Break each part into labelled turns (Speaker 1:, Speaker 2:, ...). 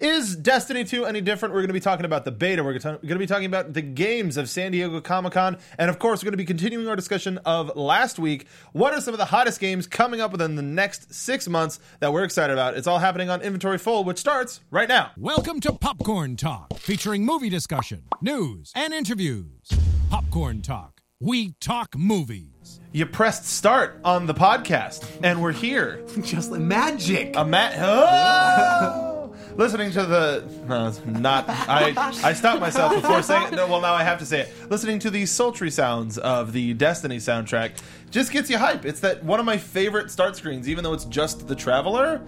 Speaker 1: Is Destiny 2 any different? We're going to be talking about the beta. We're going to be talking about the games of San Diego Comic Con. And of course, we're going to be continuing our discussion of last week. What are some of the hottest games coming up within the next six months that we're excited about? It's all happening on Inventory Full, which starts right now.
Speaker 2: Welcome to Popcorn Talk, featuring movie discussion, news, and interviews. Popcorn Talk, we talk movies.
Speaker 1: You pressed start on the podcast, and we're here.
Speaker 3: Just like
Speaker 4: Uh,
Speaker 3: magic.
Speaker 1: A Matt. Oh! Listening to the no, it's not I I stopped myself before saying no. Well, now I have to say it. Listening to the sultry sounds of the Destiny soundtrack just gets you hype. It's that one of my favorite start screens, even though it's just the Traveler.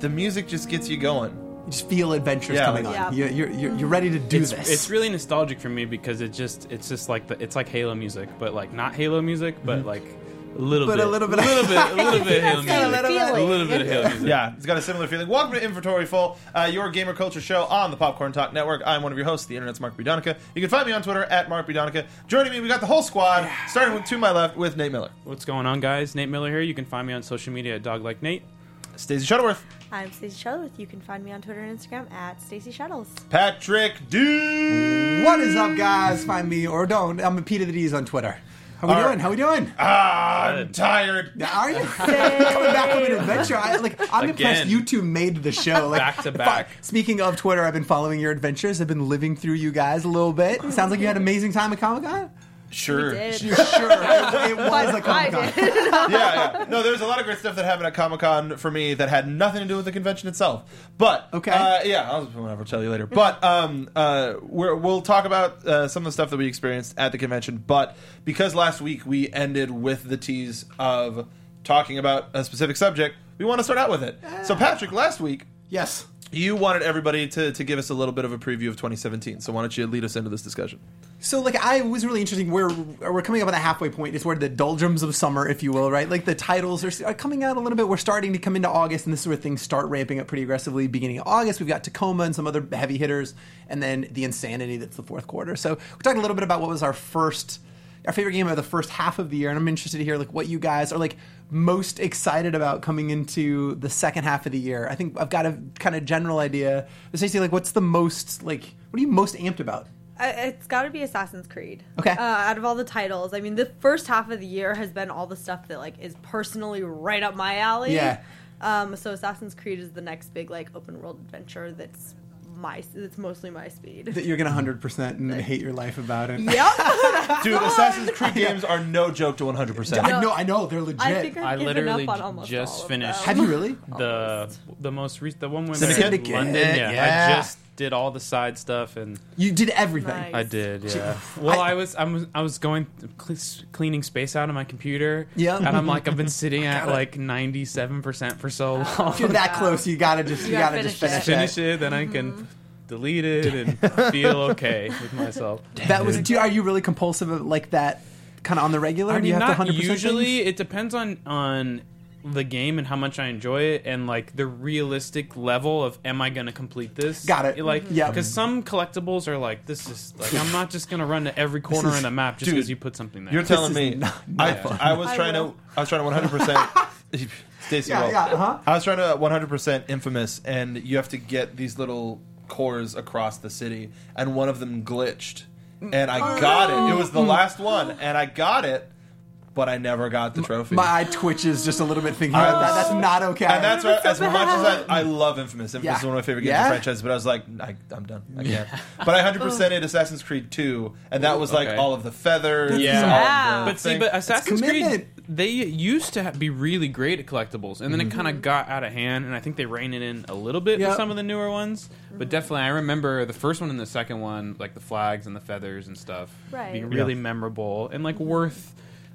Speaker 1: The music just gets you going.
Speaker 3: You just feel adventures
Speaker 1: Yeah,
Speaker 3: coming
Speaker 1: like-
Speaker 3: on. You're, you're, you're, you're ready to do
Speaker 4: it's,
Speaker 3: this.
Speaker 4: it's really nostalgic for me because it just it's just like the, it's like Halo music, but like not Halo music, but like a little
Speaker 3: Mm-hmm. But a
Speaker 4: bit,
Speaker 3: little bit.
Speaker 4: a little bit, a little bit Halo
Speaker 5: That's
Speaker 4: music,
Speaker 5: how you feel
Speaker 4: a
Speaker 5: it.
Speaker 4: little bit of Halo music.
Speaker 1: Yeah, it's got a similar feeling. Welcome to Inventory Full, uh, your gamer culture show on the Popcorn Talk Network. I'm one of your hosts, the internet's Mark B. Donica. You can find me on Twitter at Mark B. Donica. Joining me, we got the whole squad, starting with to my left with Nate Miller,
Speaker 4: What's going on, guys? Nate Miller here. You can find me on social media at Dog Like Nate.
Speaker 1: Stacey Shuttleworth,
Speaker 5: I'm Stacey Shuttleworth. You can find me on Twitter and Instagram at Stacey Shuttles.
Speaker 1: Patrick D.
Speaker 3: what is up, guys? Find me or don't. I'm Peter the D's on Twitter. How we
Speaker 1: All right.
Speaker 3: doing? How we doing?
Speaker 4: Uh,
Speaker 1: Ah, I'm tired.
Speaker 3: Yeah, Are you coming back from an adventure? I, like I'm impressed
Speaker 4: Again.
Speaker 3: you two made the show. Like
Speaker 4: Back to
Speaker 3: fi-
Speaker 4: back.
Speaker 3: speaking of Twitter, I've been following your adventures. I've been living through you guys a little bit. Sounds like you had an amazing time at Comic Con.
Speaker 1: Sure.
Speaker 5: Did.
Speaker 3: You're sure it, it was a
Speaker 5: I
Speaker 3: Comic Con.
Speaker 5: did.
Speaker 1: yeah, yeah. No, there's a lot of great stuff that happened at Comic Con for me that had nothing to do with the convention itself. But
Speaker 3: Okay.
Speaker 1: uh, yeah, I'll whatever tell you later. But um, uh, we're, we'll talk about uh, some of the stuff that we experienced at the convention. But because last week we ended with the tease of talking about a specific subject, we want to start out with it. So Patrick, last week.
Speaker 3: Yes.
Speaker 1: You wanted everybody to, to give us a little bit of a preview of 2017, so why don't you lead us into this discussion?
Speaker 3: So like I it was really interesting. We're we're coming up on the halfway point. It's where the doldrums of summer, if you will, right? Like the titles are, are coming out a little bit. We're starting to come into August, and this is where things start ramping up pretty aggressively. Beginning of August, we've got Tacoma and some other heavy hitters, and then the insanity that's the fourth quarter. So we talked a little bit about what was our first. Our favorite game of the first half of the year, and I'm interested to hear like what you guys are like most excited about coming into the second half of the year. I think I've got a kind of general idea. Stacey, like, what's the most like? What are you most amped about?
Speaker 5: I- It's got to be Assassin's Creed.
Speaker 3: Okay.
Speaker 5: Uh, out of all the titles, I mean, the first half of the year has been all the stuff that like is personally right up my alley.
Speaker 3: Yeah.
Speaker 5: Um, so Assassin's Creed is the next big like open world adventure that's my that's mostly my speed.
Speaker 3: that you're gonna hundred percent and hate your life about it.
Speaker 5: yep.
Speaker 1: Dude, Assassin's Creed games are no joke to 100%.
Speaker 3: I know, I know, they're legit.
Speaker 5: I think I've
Speaker 4: I
Speaker 5: given
Speaker 4: literally
Speaker 5: up on almost
Speaker 4: just
Speaker 5: all of
Speaker 4: finished-
Speaker 5: them.
Speaker 3: Have you really?
Speaker 4: The the most recent the one when
Speaker 1: Syndicate?
Speaker 4: they're in London.
Speaker 3: Syndicate,
Speaker 4: Yeah,
Speaker 3: yeah.
Speaker 4: I just did all the side stuff and
Speaker 3: You did everything.
Speaker 5: Nice.
Speaker 4: I did. Yeah. Well,
Speaker 3: I-
Speaker 4: I, was I was I was going cle- cleaning space out of my computer.
Speaker 3: Yeah.
Speaker 4: And I'm like I've been sitting at
Speaker 3: Gotta-
Speaker 4: like 97 percent for so long.
Speaker 3: If you're that close, you gotta just you,
Speaker 5: You
Speaker 3: gotta
Speaker 5: gotta
Speaker 3: just
Speaker 5: finish
Speaker 3: finish,
Speaker 5: it.
Speaker 4: Finish it, then I can delete it and feel okay with myself.
Speaker 3: it. That was. Do, you- are you really compulsive of, like that? Kind of on the regular.
Speaker 4: I
Speaker 3: do you
Speaker 4: mean,
Speaker 3: have to 100%
Speaker 4: not
Speaker 3: things?
Speaker 4: usually. It depends on on the game and how much I enjoy it, and like the realistic level of am I going to complete this?
Speaker 3: Got it. Mm-hmm.
Speaker 4: Like,
Speaker 3: Yeah.
Speaker 4: because some collectibles are like this is like I'm not just going to run to every corner
Speaker 3: is-
Speaker 4: in the map just
Speaker 1: dude,
Speaker 4: because you put something there.
Speaker 1: You're telling
Speaker 3: is
Speaker 1: me
Speaker 3: not my fault.
Speaker 1: I, I was
Speaker 5: I
Speaker 1: trying to
Speaker 5: will.
Speaker 1: I was trying to 100 percent Stacy
Speaker 3: Yeah,
Speaker 1: will.
Speaker 3: yeah, uh-huh.
Speaker 1: I was trying to 100 percent infamous, and you have to get these little cores across the city, and one of them glitched, and I got it. It was
Speaker 3: Oh.
Speaker 1: the last one, and I got it, but I never got the trophy.
Speaker 3: My eye twitches just a little bit thinking about that. That's not okay.
Speaker 1: and that's why, as much as I, I love Infamous, Infamous
Speaker 3: Yeah.
Speaker 1: is one of my favorite games
Speaker 3: Yeah?
Speaker 1: in the franchise, but I was like, I, I'm done. I can't. But I 100% ate Assassin's Creed 2, and that was like
Speaker 4: Okay.
Speaker 1: all of the feathers.
Speaker 4: Yeah.
Speaker 1: all of
Speaker 5: Wow.
Speaker 1: the
Speaker 4: But see,
Speaker 1: thing.
Speaker 4: but Assassin's Creed,
Speaker 3: Uh, commitment.
Speaker 4: they used to ha- be really great at collectibles, and then it kind of got out of hand, and I think they rein it in a little bit
Speaker 3: Mm-hmm. Yep.
Speaker 4: with some of the newer ones.
Speaker 5: Mm-hmm.
Speaker 4: But definitely, I remember the first one and the second one, like the flags and the feathers and stuff,
Speaker 5: Right. Mm-hmm.
Speaker 4: being
Speaker 5: Yeah.
Speaker 4: really memorable and like worth.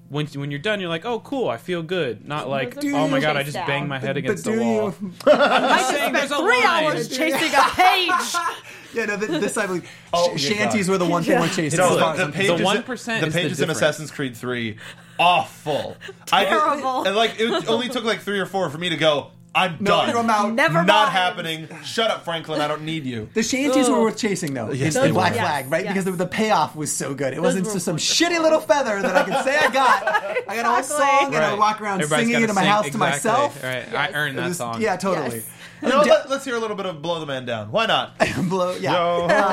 Speaker 4: When, when you're done, you're like, oh, cool, I feel good. Not like,
Speaker 5: those are
Speaker 4: oh
Speaker 5: fun
Speaker 4: my god, I
Speaker 5: chase
Speaker 4: just
Speaker 5: down.
Speaker 4: banged my head
Speaker 3: But
Speaker 4: against
Speaker 3: do
Speaker 4: the wall.
Speaker 3: you?
Speaker 5: I just
Speaker 4: saying
Speaker 5: spent
Speaker 4: there's a
Speaker 5: three
Speaker 4: line.
Speaker 5: hours chasing a page.
Speaker 3: Yeah, no, th- this I believe.
Speaker 1: Oh,
Speaker 3: sh-
Speaker 1: yeah,
Speaker 3: shanties
Speaker 1: God.
Speaker 3: were the one thing we're
Speaker 1: You
Speaker 3: chasing.
Speaker 1: know,
Speaker 3: as far
Speaker 1: the, the
Speaker 3: as I'm
Speaker 1: pages,
Speaker 4: The 1%
Speaker 1: the
Speaker 4: is the
Speaker 1: pages in
Speaker 4: difference.
Speaker 1: Assassin's Creed 3, awful. I did-
Speaker 5: Terrible.
Speaker 1: and like, it only took like three or four for me to go, I'm
Speaker 3: No,
Speaker 1: done.
Speaker 3: I'm out.
Speaker 5: Never
Speaker 1: Not
Speaker 5: mind.
Speaker 1: happening. Shut up, Franklin. I don't need you.
Speaker 3: The shanties were
Speaker 5: Ugh.
Speaker 3: worth chasing, though.
Speaker 1: Yes,
Speaker 3: in
Speaker 1: they
Speaker 3: Black
Speaker 1: were.
Speaker 5: Yes,
Speaker 3: Flag, right?
Speaker 5: yes.
Speaker 3: Because the, the payoff was so good. It wasn't
Speaker 5: were
Speaker 3: just some
Speaker 5: wonderful.
Speaker 3: shitty little feather that I can say I got. I got a whole
Speaker 5: Exactly.
Speaker 3: song, and I
Speaker 4: Right.
Speaker 3: walk around
Speaker 4: Everybody's
Speaker 3: singing it
Speaker 4: gotta
Speaker 3: in my
Speaker 4: sing-
Speaker 3: house
Speaker 4: exactly.
Speaker 3: to myself.
Speaker 4: Right,
Speaker 5: Yes.
Speaker 4: I earned
Speaker 3: It
Speaker 4: that
Speaker 3: was-
Speaker 4: song.
Speaker 3: Yeah, totally.
Speaker 1: You know, let, us hear a little bit of "Blow the Man Down." Why not?
Speaker 3: Blow, yeah.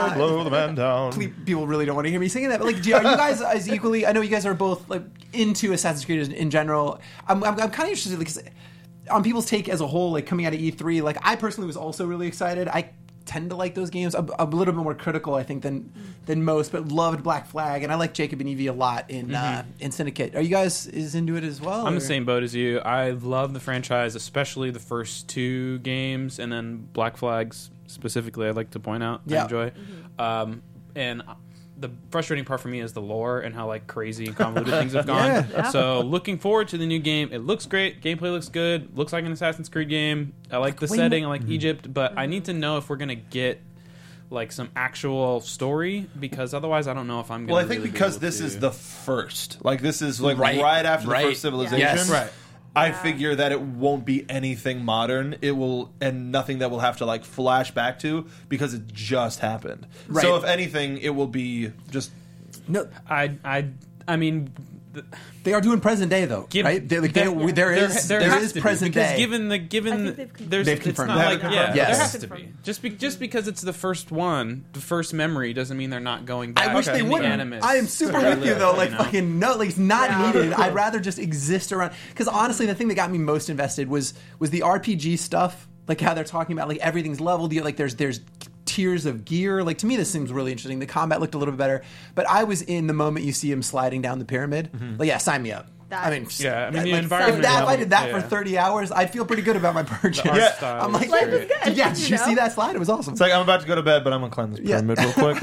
Speaker 1: Yo, blow the man down.
Speaker 3: Pe- people really don't want to hear me singing that. But like, do- are you guys as equally? I know you guys are both like into Assassin's Creed in, in general. I'm, I'm, I'm kind of interested because on people's take as a whole, like coming out of E3, like I personally was also really excited. I tend to like those games. I'm, I'm a little bit more critical, I think, than than most, but loved Black Flag, and I like Jacob and Evie a lot in uh, in Syndicate. Are you guys is into it as well?
Speaker 4: Mm-hmm. I'm
Speaker 3: or-
Speaker 4: the same boat as you. I love the franchise, especially the first two games, and then Black Flags specifically. I'd like to point out,
Speaker 3: Yeah.
Speaker 4: I enjoy, um, and the frustrating part for me is the lore and how like crazy and convoluted things have gone.
Speaker 3: Yeah.
Speaker 5: Yeah.
Speaker 4: So looking forward to the new game. It looks great. Gameplay looks good. Looks like an Assassin's Creed game. I like the
Speaker 3: way
Speaker 4: setting. I like
Speaker 1: Mm-hmm.
Speaker 4: Egypt, but I need to know if we're gonna get. Like some actual story, because otherwise I don't know if I'm. gonna
Speaker 1: Well, I think
Speaker 4: really be
Speaker 1: because
Speaker 4: able
Speaker 1: this
Speaker 4: to-
Speaker 1: is the first. Like this is like right,
Speaker 6: Right,
Speaker 1: after
Speaker 6: right.
Speaker 1: the first civilization.
Speaker 6: Yes. Right.
Speaker 1: I figure that it won't be anything modern. It will and nothing that we'll have to like flash back to because it just happened.
Speaker 3: Right.
Speaker 1: So if anything, it will be just
Speaker 3: No,
Speaker 4: I I I mean th-
Speaker 3: they are doing present day though,
Speaker 4: Give-
Speaker 3: right? They, like, they,
Speaker 4: there-
Speaker 3: there
Speaker 4: there-
Speaker 3: is
Speaker 4: there
Speaker 3: there
Speaker 4: has
Speaker 3: is
Speaker 4: to be,
Speaker 3: present
Speaker 4: because
Speaker 3: day.
Speaker 4: Given the
Speaker 5: I
Speaker 4: given
Speaker 5: think they've
Speaker 4: the-
Speaker 5: confirmed.
Speaker 4: there's
Speaker 3: They've
Speaker 4: it's
Speaker 3: confirmed
Speaker 4: not
Speaker 1: it.
Speaker 4: like
Speaker 1: They have
Speaker 4: yeah
Speaker 1: confirmed
Speaker 3: it.
Speaker 4: there
Speaker 3: Yes.
Speaker 4: has to be just be, just because it's the first one the first memory doesn't mean they're not going back.
Speaker 3: I wish
Speaker 4: to
Speaker 3: they
Speaker 4: the
Speaker 3: wouldn't.
Speaker 4: animus
Speaker 3: I am super
Speaker 4: to
Speaker 3: with you
Speaker 4: relive,
Speaker 3: though. Like
Speaker 4: know?
Speaker 3: fucking no, like it's not
Speaker 5: Yeah.
Speaker 3: needed. I'd rather just exist around. Because honestly, the thing that got me most invested was was the RPG stuff. Like how they're talking about like everything's leveled. You like there's there's tiers of gear. Like to me, this seems really interesting. The combat looked a little bit better, but I was in the moment you see him sliding down the pyramid. Like yeah, sign me up.
Speaker 5: That-
Speaker 3: I mean,
Speaker 4: Mm-hmm. Yeah, I mean,
Speaker 3: that-
Speaker 4: the
Speaker 3: like,
Speaker 4: environment
Speaker 3: If, that, if I
Speaker 4: level-
Speaker 3: did that
Speaker 4: yeah.
Speaker 3: for thirty hours, I'd feel pretty good about my purchase.
Speaker 4: art
Speaker 1: Yeah.
Speaker 4: style
Speaker 3: I'm like,
Speaker 4: was
Speaker 5: Life
Speaker 4: great.
Speaker 5: is good.
Speaker 3: yeah, did you,
Speaker 5: know?
Speaker 3: see that slide? It was awesome.
Speaker 1: It's like I'm about to go to bed, but I'm gonna climb this
Speaker 3: Yeah.
Speaker 1: pyramid real quick.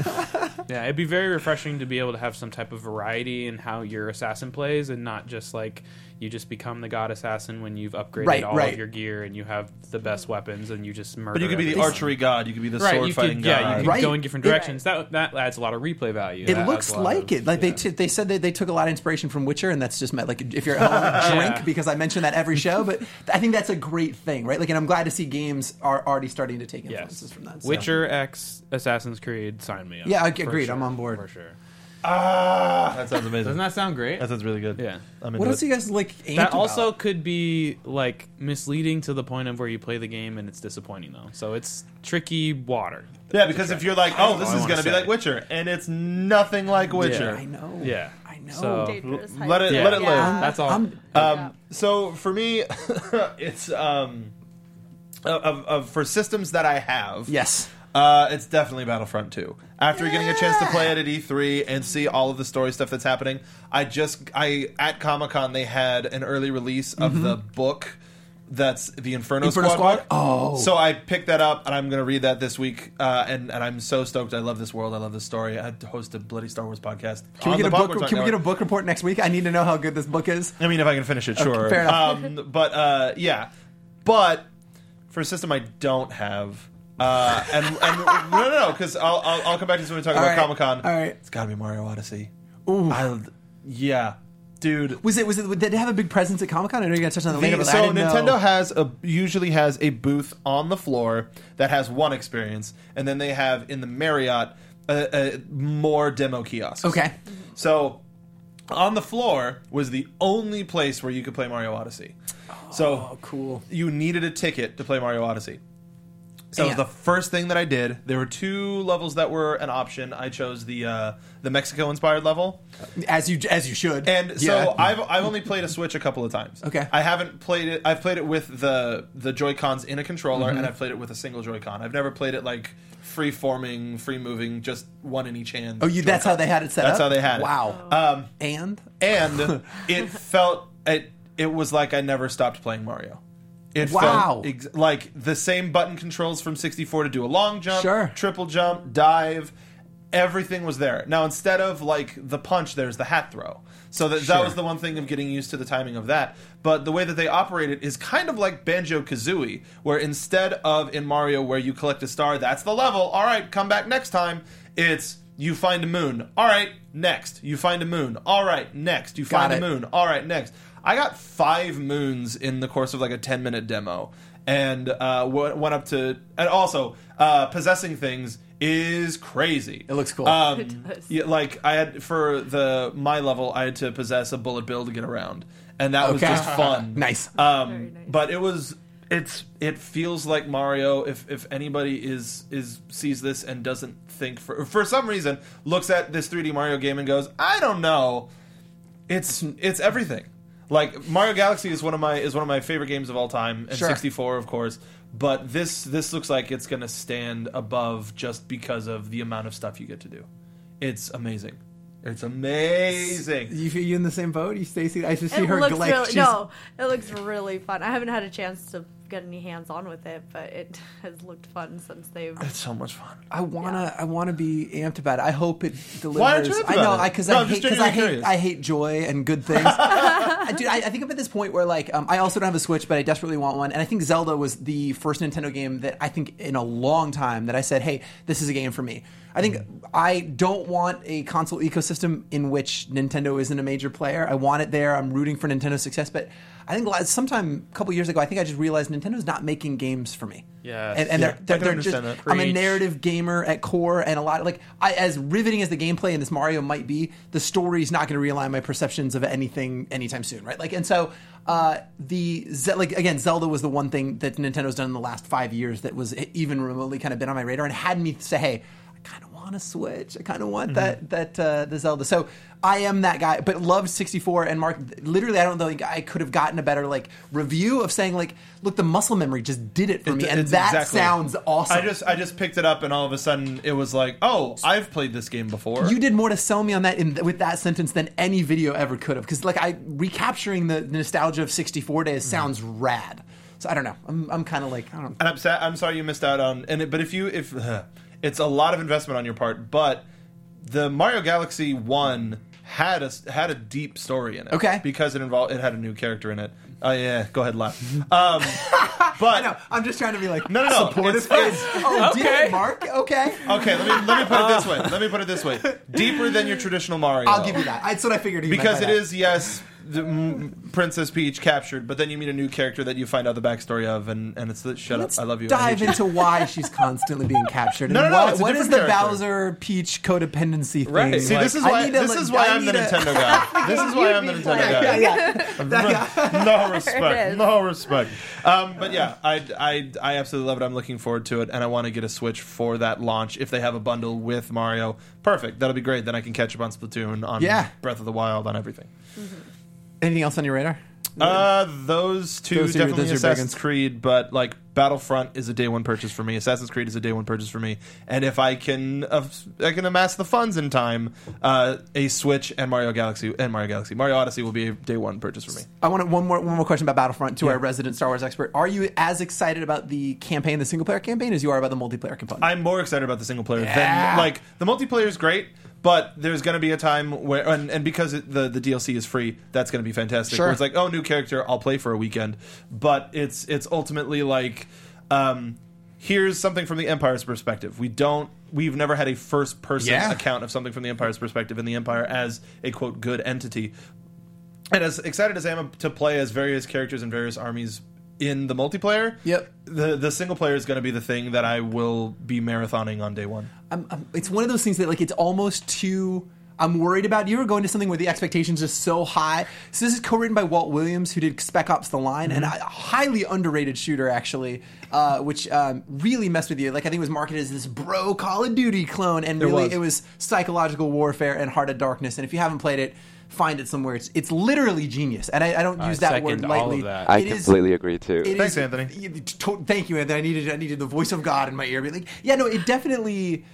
Speaker 4: yeah it'd be very refreshing to be able to have some type of variety in how your assassin plays and not just like you just become the god assassin when you've upgraded
Speaker 3: Right,
Speaker 4: all
Speaker 3: right.
Speaker 4: of your gear and you have the best weapons and you just murder
Speaker 1: but you could be the
Speaker 4: everyone.
Speaker 1: archery god. You could be the sword
Speaker 4: you
Speaker 1: fighting
Speaker 4: could,
Speaker 1: god.
Speaker 4: Yeah, you could
Speaker 3: Right.
Speaker 4: go in different directions. That that adds a lot of replay value.
Speaker 3: It
Speaker 4: That
Speaker 3: looks
Speaker 4: adds a lot
Speaker 3: like
Speaker 4: of-
Speaker 3: it. Like they
Speaker 4: yeah.
Speaker 3: t- they said that they took a lot of inspiration from Witcher, and that's just meant like if you're at home, drink
Speaker 4: Yeah.
Speaker 3: because I mention that every show. But I think that's a great thing, right? Like, and I'm glad to see games are already starting to take influences
Speaker 4: yes.
Speaker 3: from that. so.
Speaker 4: Witcher X Assassin's Creed. Sign me up.
Speaker 3: Yeah, I
Speaker 4: For
Speaker 3: agreed. I'm on board.
Speaker 4: for sure.
Speaker 1: Ah, that sounds amazing.
Speaker 4: Doesn't that sound great?
Speaker 1: that sounds really good.
Speaker 4: Yeah.
Speaker 1: I'm
Speaker 3: What
Speaker 1: into
Speaker 3: else
Speaker 1: it.
Speaker 3: you guys like? amped
Speaker 4: That also
Speaker 3: about?
Speaker 4: could be like misleading to the point of where you play the game and it's disappointing though. So it's tricky water.
Speaker 1: Yeah, because if you're like, oh, this
Speaker 4: all I
Speaker 1: is
Speaker 4: wanna
Speaker 1: gonna be
Speaker 4: say.
Speaker 1: like Witcher, and it's nothing like Witcher.
Speaker 3: I know.
Speaker 4: Yeah.
Speaker 3: I know.
Speaker 4: So-
Speaker 5: Dangerous
Speaker 1: L- let it-
Speaker 5: hyper-
Speaker 1: let it live.
Speaker 5: Yeah.
Speaker 4: That's all.
Speaker 3: I'm-
Speaker 5: Yeah.
Speaker 1: Um, so for me, it's um, of, of, of for systems that I have.
Speaker 3: Yes.
Speaker 1: Uh, it's definitely Battlefront 2. After getting a chance to play it at E3 and see all of the story stuff that's happening, I just I at Comic Con they had an early release of the book that's the Inferno,
Speaker 3: Mm-hmm. Inferno Squad?
Speaker 1: book.
Speaker 3: Oh.
Speaker 1: so I picked that up and I'm gonna read that this week. Uh, and and I'm so stoked. I love this world. I love this story. I host a bloody Star Wars podcast.
Speaker 3: Can
Speaker 1: on
Speaker 3: we
Speaker 1: the
Speaker 3: get a
Speaker 1: Popcorn
Speaker 3: book?
Speaker 1: Talk
Speaker 3: Can we get a
Speaker 1: Network.
Speaker 3: book report next week? I need to know how good this book is.
Speaker 1: I mean, if I can finish it, sure.
Speaker 3: fair enough.
Speaker 1: Um, but uh, yeah, but for a system I don't have, uh, and, and no, no, no, because I'll, I'll I'll come back to this when we talk about
Speaker 3: right.
Speaker 1: Comic Con.
Speaker 3: All right.
Speaker 1: it's got to be Mario Odyssey. Ooh, I, yeah, dude.
Speaker 3: Was it? Was it? Did it have a big presence at Comic Con? I know you got to touch on that later.
Speaker 1: The-
Speaker 3: But I
Speaker 1: so
Speaker 3: didn't know.
Speaker 1: Nintendo has a usually has a booth on the floor that has one experience, and then they have in the Marriott uh, uh, more demo kiosks.
Speaker 3: Okay.
Speaker 1: So on the floor was the only place where you could play Mario Odyssey. so
Speaker 3: Oh, cool.
Speaker 1: You needed a ticket to play Mario Odyssey. So
Speaker 3: Damn.
Speaker 1: the first thing that I did, there were two levels that were an option. I chose the uh, the Mexico inspired level.
Speaker 3: As you as you should.
Speaker 1: And so
Speaker 3: Yeah.
Speaker 1: I've I've only played a Switch a couple of times.
Speaker 3: Okay.
Speaker 1: I haven't played it. I've played it with the the Joy Cons in a controller,
Speaker 3: Mm-hmm.
Speaker 1: and I've played it with a single Joy Con. I've never played it like free forming, free moving, just one in each hand.
Speaker 3: Oh, you. That's how they had it set
Speaker 1: That's
Speaker 3: up.
Speaker 1: how they had it.
Speaker 3: Wow.
Speaker 1: Um,
Speaker 3: and
Speaker 1: and it felt it. It was like I never stopped playing Mario. It
Speaker 3: Wow.
Speaker 1: felt ex- like the same button controls from 64 to do a long jump,
Speaker 3: Sure.
Speaker 1: triple jump, dive. Everything was there. Now instead of like the punch, there's the hat throw. So that, that was the one thing of getting used to the timing of that. But the way that they operate it is kind of like Banjo Kazooie, where instead of in Mario where you collect a star, that's the level. All right, come back next time. It's you find a moon. All right, next. You find a moon. All right, next. You
Speaker 3: Got
Speaker 1: find a
Speaker 3: it.
Speaker 1: moon. All right, next. I got five moons in the course of like a 10 minute demo. and uh, w- went up to. And also, uh, possessing things is crazy.
Speaker 3: It looks cool.
Speaker 1: Um,
Speaker 5: It does.
Speaker 1: yeah, like I had for the my level, I had to possess a bullet bill to get around, and that was
Speaker 3: Okay.
Speaker 1: just fun.
Speaker 3: Nice.
Speaker 1: Um,
Speaker 5: Very nice.
Speaker 1: but it was it's it feels like Mario. If if anybody is is sees this and doesn't think for for some reason looks at this 3D Mario game and goes, I don't know. It's it's everything. Like Mario Galaxy is one of my is one of my favorite games of all time, and
Speaker 3: Sure.
Speaker 1: 64 of course. But this this looks like it's going to stand above just because of the amount of stuff you get to do. It's amazing. It's amazing.
Speaker 3: you, you in the same boat? You, Stacy? I just see
Speaker 5: It
Speaker 3: her
Speaker 5: looks
Speaker 3: like
Speaker 5: really
Speaker 3: she's-
Speaker 5: no. It looks really fun. I haven't had a chance to get any hands on with it, but it has looked fun since they've.
Speaker 1: It's so much fun.
Speaker 3: I wanna, I wanna be amped about it. I hope it delivers.
Speaker 1: you amped
Speaker 3: I know,
Speaker 1: about it?
Speaker 3: I because
Speaker 1: No,
Speaker 3: I
Speaker 1: I'm just
Speaker 3: hate, because
Speaker 1: genuinely
Speaker 3: I hate,
Speaker 1: curious.
Speaker 3: I hate joy and good things. I- Dude, I, I think I'm at this point where like, um, I also don't have a Switch, but I desperately want one. And I think Zelda was the first Nintendo game that I think in a long time that I said, hey, this is a game for me. I think I don't want a console ecosystem in which Nintendo isn't a major player. I want it there. I'm rooting for Nintendo's success, but I think la- sometime a couple years ago, I think I just realized Nintendo's not making games for me.
Speaker 4: Yes.
Speaker 3: and, and
Speaker 1: Yeah,
Speaker 3: they're,
Speaker 1: I
Speaker 3: they're,
Speaker 1: can
Speaker 3: they're just.
Speaker 1: understand that.
Speaker 3: I'm a
Speaker 4: Preach.
Speaker 3: narrative gamer at core, and a lot like I, as riveting as the gameplay in this Mario might be, the story's not going to realign my perceptions of anything anytime soon, right? Like, and so uh, the Ze- like again, Zelda was the one thing that Nintendo's done in the last five years that was e-, even remotely kind of been on my radar and had me say, hey. I kind of want to switch. I kind of want
Speaker 1: Mm-hmm.
Speaker 3: that that uh, the Zelda. So I am that guy, but loved 64 and Mark. Literally, I don't think I could have gotten a better like review of saying like, look, the muscle memory just did it for me,
Speaker 1: It-
Speaker 3: and
Speaker 1: it's
Speaker 3: that
Speaker 1: exactly-
Speaker 3: sounds awesome.
Speaker 1: I just I just picked it up and all of a sudden it was like, oh, I've played this game before.
Speaker 3: you did more to sell me on that in, with that sentence than any video ever could have. Because like I recapturing the nostalgia of '64
Speaker 1: Mm-hmm.
Speaker 3: days sounds rad. So I don't know. I'm, I'm kind of like I don't.
Speaker 1: and I'm sad. I'm sorry you missed out on. And it, but if you if it's a lot of investment on your part, but the Mario Galaxy One had a had a deep story in it.
Speaker 3: Okay.
Speaker 1: because it involved it had a new character in it. Oh yeah, go ahead laugh. Um, but
Speaker 3: I know. I'm just trying to be like
Speaker 1: No, no, no.
Speaker 3: supportive.
Speaker 1: It's fine.
Speaker 3: oh, did
Speaker 4: Okay.
Speaker 3: it, Mark? Okay.
Speaker 1: okay, let me let me put it this way. Let me put it this way. Deeper than your traditional Mario.
Speaker 3: Uh. I'll give you that. That's what I figured. He meant
Speaker 1: because
Speaker 3: by
Speaker 1: it
Speaker 3: that.
Speaker 1: is yes the, mm, princess peach captured but then you meet a new character that you find out the backstory of and, and it's the shut
Speaker 3: Let's
Speaker 1: up i love you I hate
Speaker 3: Dive
Speaker 1: you.
Speaker 3: into why she's constantly being captured.
Speaker 1: No,
Speaker 3: and
Speaker 1: no, no,
Speaker 3: why-
Speaker 1: it's a
Speaker 3: what is the
Speaker 1: different character.
Speaker 3: Bowser Peach codependency thing?
Speaker 4: Right.
Speaker 1: see this is
Speaker 3: I
Speaker 1: why
Speaker 3: need to,
Speaker 1: this
Speaker 3: like,
Speaker 1: is why
Speaker 3: I
Speaker 1: i'm the
Speaker 3: need to-
Speaker 1: nintendo guy this is why i'm the
Speaker 5: You'd be
Speaker 1: nintendo
Speaker 5: fine.
Speaker 1: guy
Speaker 3: yeah, yeah.
Speaker 1: no
Speaker 5: There it
Speaker 1: respect
Speaker 5: is.
Speaker 1: no respect um, but yeah I, I, I absolutely love it i'm looking forward to it and i want to get a switch for that launch if they have a bundle with mario perfect that'll be great then i can catch up on splatoon on
Speaker 3: Yeah.
Speaker 1: breath of the wild on everything
Speaker 3: Anything else on your radar?
Speaker 1: Uh, those two
Speaker 3: Those are
Speaker 1: definitely
Speaker 3: your- those are your big
Speaker 1: Assassin's
Speaker 3: ones.
Speaker 1: Creed, but like Battlefront is a day one purchase for me. Assassin's Creed is a day one purchase for me, and if I can, uh, I can amass the funds in time. Uh, a Switch and Mario Galaxy and Mario Galaxy, Mario Odyssey will be a day one purchase for me.
Speaker 3: I want to, one more one more question about Battlefront to our resident Star Wars expert. Are you as excited about the campaign, the single player campaign, as you are about the multiplayer component?
Speaker 1: I'm more excited about the single player
Speaker 3: Yeah.
Speaker 1: than like the multiplayer is great, but there's going to be a time where and, and because it, the the DLC is free, that's going to be fantastic.
Speaker 3: Sure.
Speaker 1: Where it's like, oh, new character, I'll play for a weekend, but it's it's ultimately like, um, here's something from the Empire's perspective. We don't. We've never had a first person
Speaker 3: Yeah.
Speaker 1: account of something from the Empire's perspective in the Empire as a quote good entity. And as excited as I am to play as various characters and various armies in the multiplayer,
Speaker 3: Yep.
Speaker 1: the the single player is going to be the thing that I will be marathoning on day one.
Speaker 3: I'm, I'm, it's one of those things that like it's almost too. I'm worried about you ever going to something where the expectations are so high. So this is co-written by Walt Williams, who did Spec Ops: The Line, and a
Speaker 4: Mm-hmm.
Speaker 3: highly underrated shooter actually, uh, which um, really messed with you. Like I think it was marketed as this bro Call of Duty clone, and really
Speaker 1: was.
Speaker 3: it was psychological warfare and Heart of Darkness. And if you haven't played it, find it somewhere. It's it's literally genius, and I, I don't
Speaker 4: I
Speaker 3: use that
Speaker 4: second
Speaker 3: word
Speaker 4: all
Speaker 3: lightly.
Speaker 4: of that.
Speaker 6: I
Speaker 3: It is-
Speaker 6: completely agree too.
Speaker 3: it
Speaker 1: Thanks,
Speaker 3: is-
Speaker 1: Anthony.
Speaker 3: you- to- thank you, Anthony. I needed I needed the voice of God in my ear. Be like, yeah, no, it definitely.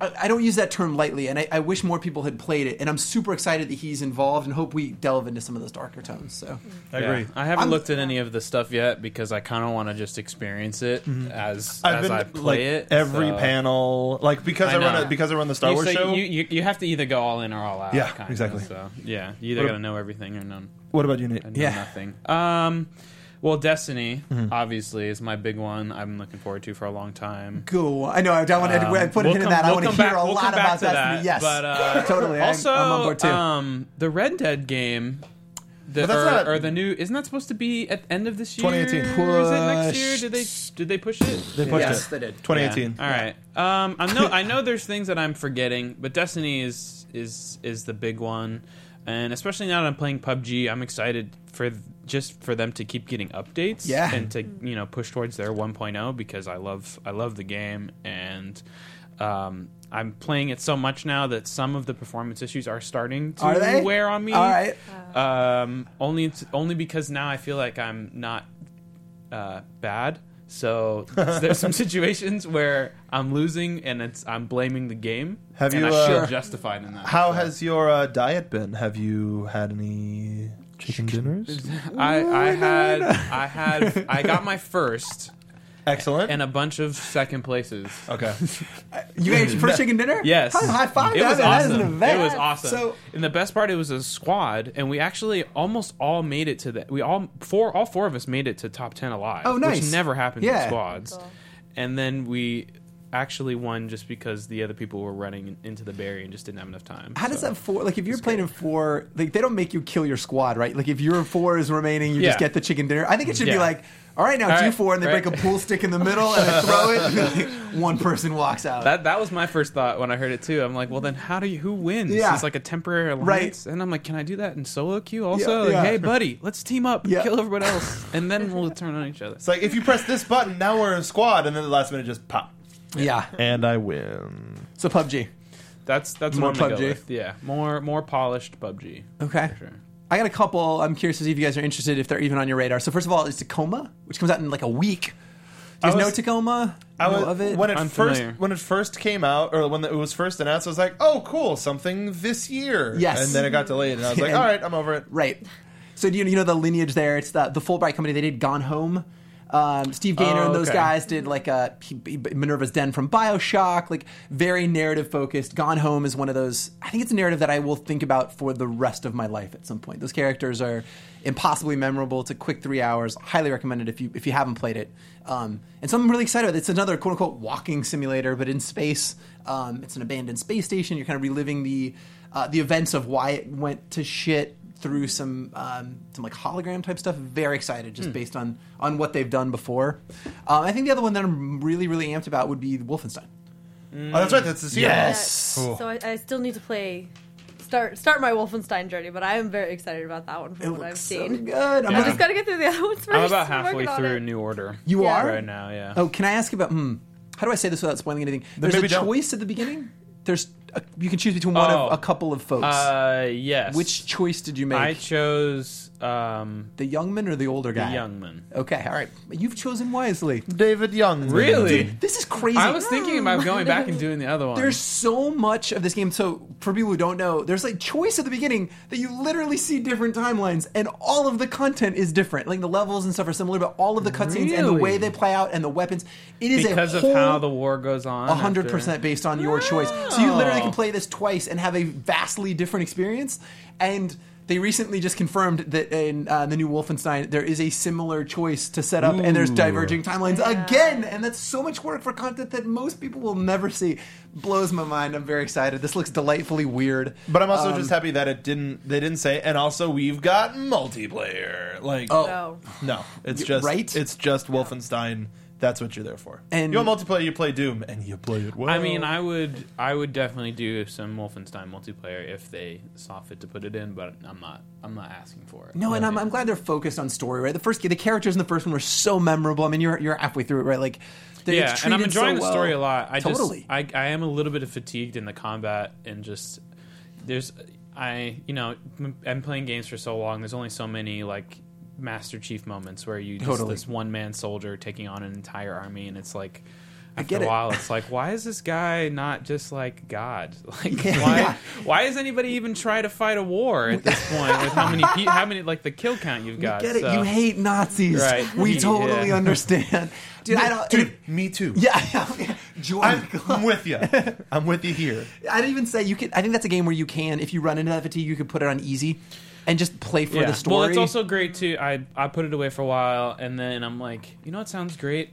Speaker 3: I, I don't use that term lightly, and I, I wish more people had played it. And I'm super excited that he's involved, and hope we delve into some of those darker tones. So,
Speaker 1: I
Speaker 4: Yeah.
Speaker 1: agree.
Speaker 4: I haven't
Speaker 3: I'm-
Speaker 4: looked at any of the stuff yet because I kind of want to just experience it
Speaker 3: Mm-hmm.
Speaker 4: as
Speaker 1: I've
Speaker 4: as
Speaker 1: been
Speaker 4: I
Speaker 1: to,
Speaker 4: play
Speaker 1: like
Speaker 4: it.
Speaker 1: every
Speaker 4: so-
Speaker 1: panel, like because I,
Speaker 4: I
Speaker 1: run
Speaker 4: know.
Speaker 1: a, because I run the Star
Speaker 4: you,
Speaker 1: Wars
Speaker 4: so
Speaker 1: show.
Speaker 4: You, you you have to either go all in or all out.
Speaker 1: Yeah,
Speaker 4: kinda,
Speaker 1: exactly.
Speaker 4: So yeah, you either
Speaker 1: What
Speaker 4: got to
Speaker 1: ab-
Speaker 4: know everything or none.
Speaker 1: what about you, Nate?
Speaker 4: I know
Speaker 3: Yeah.
Speaker 4: nothing. Um, well, Destiny
Speaker 1: Mm-hmm.
Speaker 4: obviously is my big one. I'm looking forward to for a long time.
Speaker 3: cool. I know I don't want to
Speaker 4: Um,
Speaker 3: I put
Speaker 4: we'll
Speaker 3: it in
Speaker 4: come-
Speaker 3: that. I
Speaker 4: we'll
Speaker 3: want to
Speaker 4: come
Speaker 3: hear
Speaker 4: back-
Speaker 3: a
Speaker 4: we'll
Speaker 3: lot
Speaker 4: come back
Speaker 3: about
Speaker 4: to
Speaker 3: Destiny. Yes,
Speaker 4: But, uh,
Speaker 3: totally. I'm-
Speaker 4: also,
Speaker 3: I'm, on board too.
Speaker 4: Um, the Red Dead game The,
Speaker 1: But that's
Speaker 4: or,
Speaker 1: not-
Speaker 4: or the new isn't that supposed to be at the end of this year?
Speaker 1: 2018.
Speaker 4: Is it next year? Did they did they push it?
Speaker 1: They pushed
Speaker 3: Yes,
Speaker 1: it.
Speaker 3: they did.
Speaker 1: 2018.
Speaker 4: All right. Um, I know I know there's things that I'm forgetting, but Destiny is is is the big one, and especially now that I'm playing PUBG, I'm excited for th- just for them to keep getting updates
Speaker 3: Yeah.
Speaker 4: and to you know push towards their 1.0 because I love I love the game and. Um, I'm playing it so much now that some of the performance issues are starting to
Speaker 3: Are they?
Speaker 4: wear on me.
Speaker 3: All right.
Speaker 4: Um, only only because now I feel like I'm not uh, bad. So there's some situations where I'm losing and it's I'm blaming the game.
Speaker 1: Have
Speaker 4: and
Speaker 1: you,
Speaker 4: I feel
Speaker 1: uh,
Speaker 4: justified in that.
Speaker 1: How
Speaker 4: So
Speaker 1: has your uh, diet been? Have you had any chicken dinners?
Speaker 4: I, I had I had I got my first
Speaker 1: Excellent.
Speaker 4: and a bunch of second places.
Speaker 1: okay.
Speaker 3: You guys your first chicken dinner?
Speaker 4: Yes.
Speaker 3: High high five.
Speaker 4: It was
Speaker 3: that,
Speaker 4: awesome.
Speaker 3: That is an event.
Speaker 4: It was awesome.
Speaker 3: So
Speaker 4: and the best part, it was a squad, and we actually almost all made it to the. We all four, all four of us made it to top ten alive.
Speaker 3: Oh, nice.
Speaker 4: Which never happens
Speaker 3: Yeah.
Speaker 4: in squads.
Speaker 5: Cool.
Speaker 4: And then we actually won just because the other people were running into the barrier and just didn't have enough time.
Speaker 3: How does
Speaker 4: So-
Speaker 3: that four? Like, if you're playing in four, like they don't make you kill your squad, right? Like, if your four is remaining, you just
Speaker 4: Yeah.
Speaker 3: get the chicken dinner. I think it should be
Speaker 4: Yeah.
Speaker 3: like, all right, now
Speaker 4: All
Speaker 3: do
Speaker 4: right,
Speaker 3: four, and they
Speaker 4: right.
Speaker 3: break a pool stick in the middle and they throw it. And like, one person walks out.
Speaker 4: That, that was my first thought when I heard it too. I'm like, well, then how do you who wins?
Speaker 3: Yeah.
Speaker 4: It's like a temporary alliance, and I'm like, can I do that in solo queue also?
Speaker 3: Yeah,
Speaker 4: Like,
Speaker 3: yeah.
Speaker 4: hey, buddy, let's team up,
Speaker 3: Yeah.
Speaker 4: kill everyone else, and then we'll turn on each other.
Speaker 1: It's like if you press this button, now we're in squad, and then the last minute just pop,
Speaker 3: yeah.
Speaker 1: and I win.
Speaker 3: So PUBG.
Speaker 4: That's that's
Speaker 3: More
Speaker 4: what I'm gonna
Speaker 3: PUBG?
Speaker 4: Go with. Yeah, more more polished PUBG.
Speaker 3: Okay.
Speaker 4: For sure.
Speaker 3: I got a couple. I'm curious to see if you guys are interested, if they're even on your radar. So first of all, is Tacoma, which comes out in like a week. Do you guys
Speaker 1: I
Speaker 3: know
Speaker 1: was-
Speaker 3: Tacoma?
Speaker 1: I
Speaker 3: know
Speaker 1: was,
Speaker 3: of it.
Speaker 1: when it
Speaker 4: Unfamiliar.
Speaker 1: first when it first came out, or when it was first announced. I was like, "Oh, cool, something this year."
Speaker 3: Yes.
Speaker 1: and then it got delayed, and I was like,
Speaker 3: And-
Speaker 1: "All right, I'm over it."
Speaker 3: Right. So do you, you know the lineage there? It's the the Fulbright company. They did Gone Home. Um, Steve Gaynor
Speaker 4: Oh,
Speaker 3: and those
Speaker 4: okay.
Speaker 3: guys did like a he- he- Minerva's Den from Bioshock, like very narrative focused. Gone Home is one of those. I think it's a narrative that I will think about for the rest of my life at some point. Those characters are impossibly memorable. It's a quick three hours. Highly recommend it if you if you haven't played it. Um, and so I'm really excited. about it. It's another quote unquote walking simulator, but in space. Um, it's an abandoned space station. You're kind of reliving the uh, the events of why it went to shit through some um, some like hologram type stuff. Very excited, just based on on what they've done before. Um, I think the other one that I'm really really amped about would be Wolfenstein.
Speaker 1: Oh, that's right. That's this year.
Speaker 3: Mm. Yes.
Speaker 1: Cool.
Speaker 5: So I, I still need to play, start start my Wolfenstein journey, but I am very excited about that one from
Speaker 3: It
Speaker 5: what
Speaker 3: looks
Speaker 5: I've
Speaker 3: so
Speaker 5: seen.
Speaker 3: good. I'm
Speaker 5: I
Speaker 3: really-
Speaker 5: just gotta get through the other ones first.
Speaker 4: I'm about
Speaker 5: I'm
Speaker 4: halfway
Speaker 5: working on
Speaker 4: through
Speaker 5: it.
Speaker 4: New Order.
Speaker 3: you
Speaker 5: Yeah.
Speaker 3: are.
Speaker 4: right now, yeah.
Speaker 3: Oh, can I ask about? Hmm, how do I say this without spoiling anything? There's
Speaker 1: maybe
Speaker 3: a
Speaker 1: don't.
Speaker 3: choice at the beginning. There's a, you can choose between one
Speaker 4: Oh.
Speaker 3: of a couple of folks.
Speaker 4: Uh, yes.
Speaker 3: Which choice did you make?
Speaker 4: I chose um
Speaker 3: the young man or the older
Speaker 4: the
Speaker 3: guy?
Speaker 4: Youngman.
Speaker 3: Okay, all right. You've chosen wisely.
Speaker 1: David Young.
Speaker 4: Really?
Speaker 3: This is crazy.
Speaker 4: I was thinking about going back and doing the other one.
Speaker 3: There's so much of this game. So for people who don't know, there's like choice at the beginning that you literally see different timelines, and all of the content is different. Like the levels and stuff are similar, but all of the cutscenes and the
Speaker 4: Really?
Speaker 3: way they play out and the weapons, it is
Speaker 4: because
Speaker 3: a
Speaker 4: of
Speaker 3: whole
Speaker 4: how the war goes on.
Speaker 3: a hundred percent based on your choice. So you literally can play this twice and have a vastly different experience. And they recently just confirmed that in uh, the new Wolfenstein there is a similar choice to set up, and there's diverging timelines again. And that's so much work for content that most people will never see. Blows my mind. I'm very excited. This looks delightfully weird.
Speaker 1: But I'm
Speaker 3: Um,
Speaker 1: also just happy that it didn't. They didn't say. And also, we've got multiplayer. Like,
Speaker 3: Oh.
Speaker 5: No.
Speaker 1: no, it's
Speaker 3: You-
Speaker 1: just
Speaker 3: right?
Speaker 1: It's just Wolfenstein. That's what you're there for.
Speaker 3: And-
Speaker 1: you want multiplayer, you play Doom, and you play it well.
Speaker 4: I mean, I would, I would definitely do some Wolfenstein multiplayer if they saw fit to put it in, but I'm not, I'm not asking for it.
Speaker 3: No, and I'm, I'm glad they're focused on story. Right, the first the characters in the first one were so memorable. I mean, you're you're halfway through it, right? Like, they-
Speaker 4: yeah,
Speaker 3: it's
Speaker 4: and I'm
Speaker 3: treated so
Speaker 4: enjoying the
Speaker 3: well.
Speaker 4: story a lot. I
Speaker 3: totally.
Speaker 4: just, I, I am a little bit fatigued in the combat and just there's, I, you know, m- I'm playing games for so long. There's only so many like Master Chief moments where you just
Speaker 3: Totally.
Speaker 4: this one man soldier taking on an entire army, and it's like. After
Speaker 3: get
Speaker 4: a
Speaker 3: it.
Speaker 4: while, it's like, why is this guy not just like God? Like,
Speaker 3: Yeah.
Speaker 4: why?
Speaker 3: Yeah.
Speaker 4: Why does anybody even try to fight a war at this point with how many, pe- how many like the kill count you've got?
Speaker 3: Get it?
Speaker 4: so-
Speaker 3: You hate Nazis.
Speaker 4: Right.
Speaker 3: We
Speaker 4: Yeah.
Speaker 3: totally understand. Dude, I don't.
Speaker 1: dude, me too.
Speaker 3: yeah, yeah. Join
Speaker 1: I'm,
Speaker 3: the club.
Speaker 1: I'm with you. I'm with you here.
Speaker 3: I'd even say you can. I think that's a game where you can, if you run into that fatigue, you could put it on easy and just play for the story.
Speaker 4: Well, it's also great too. I I put it away for a while, and then I'm like, you know what sounds great?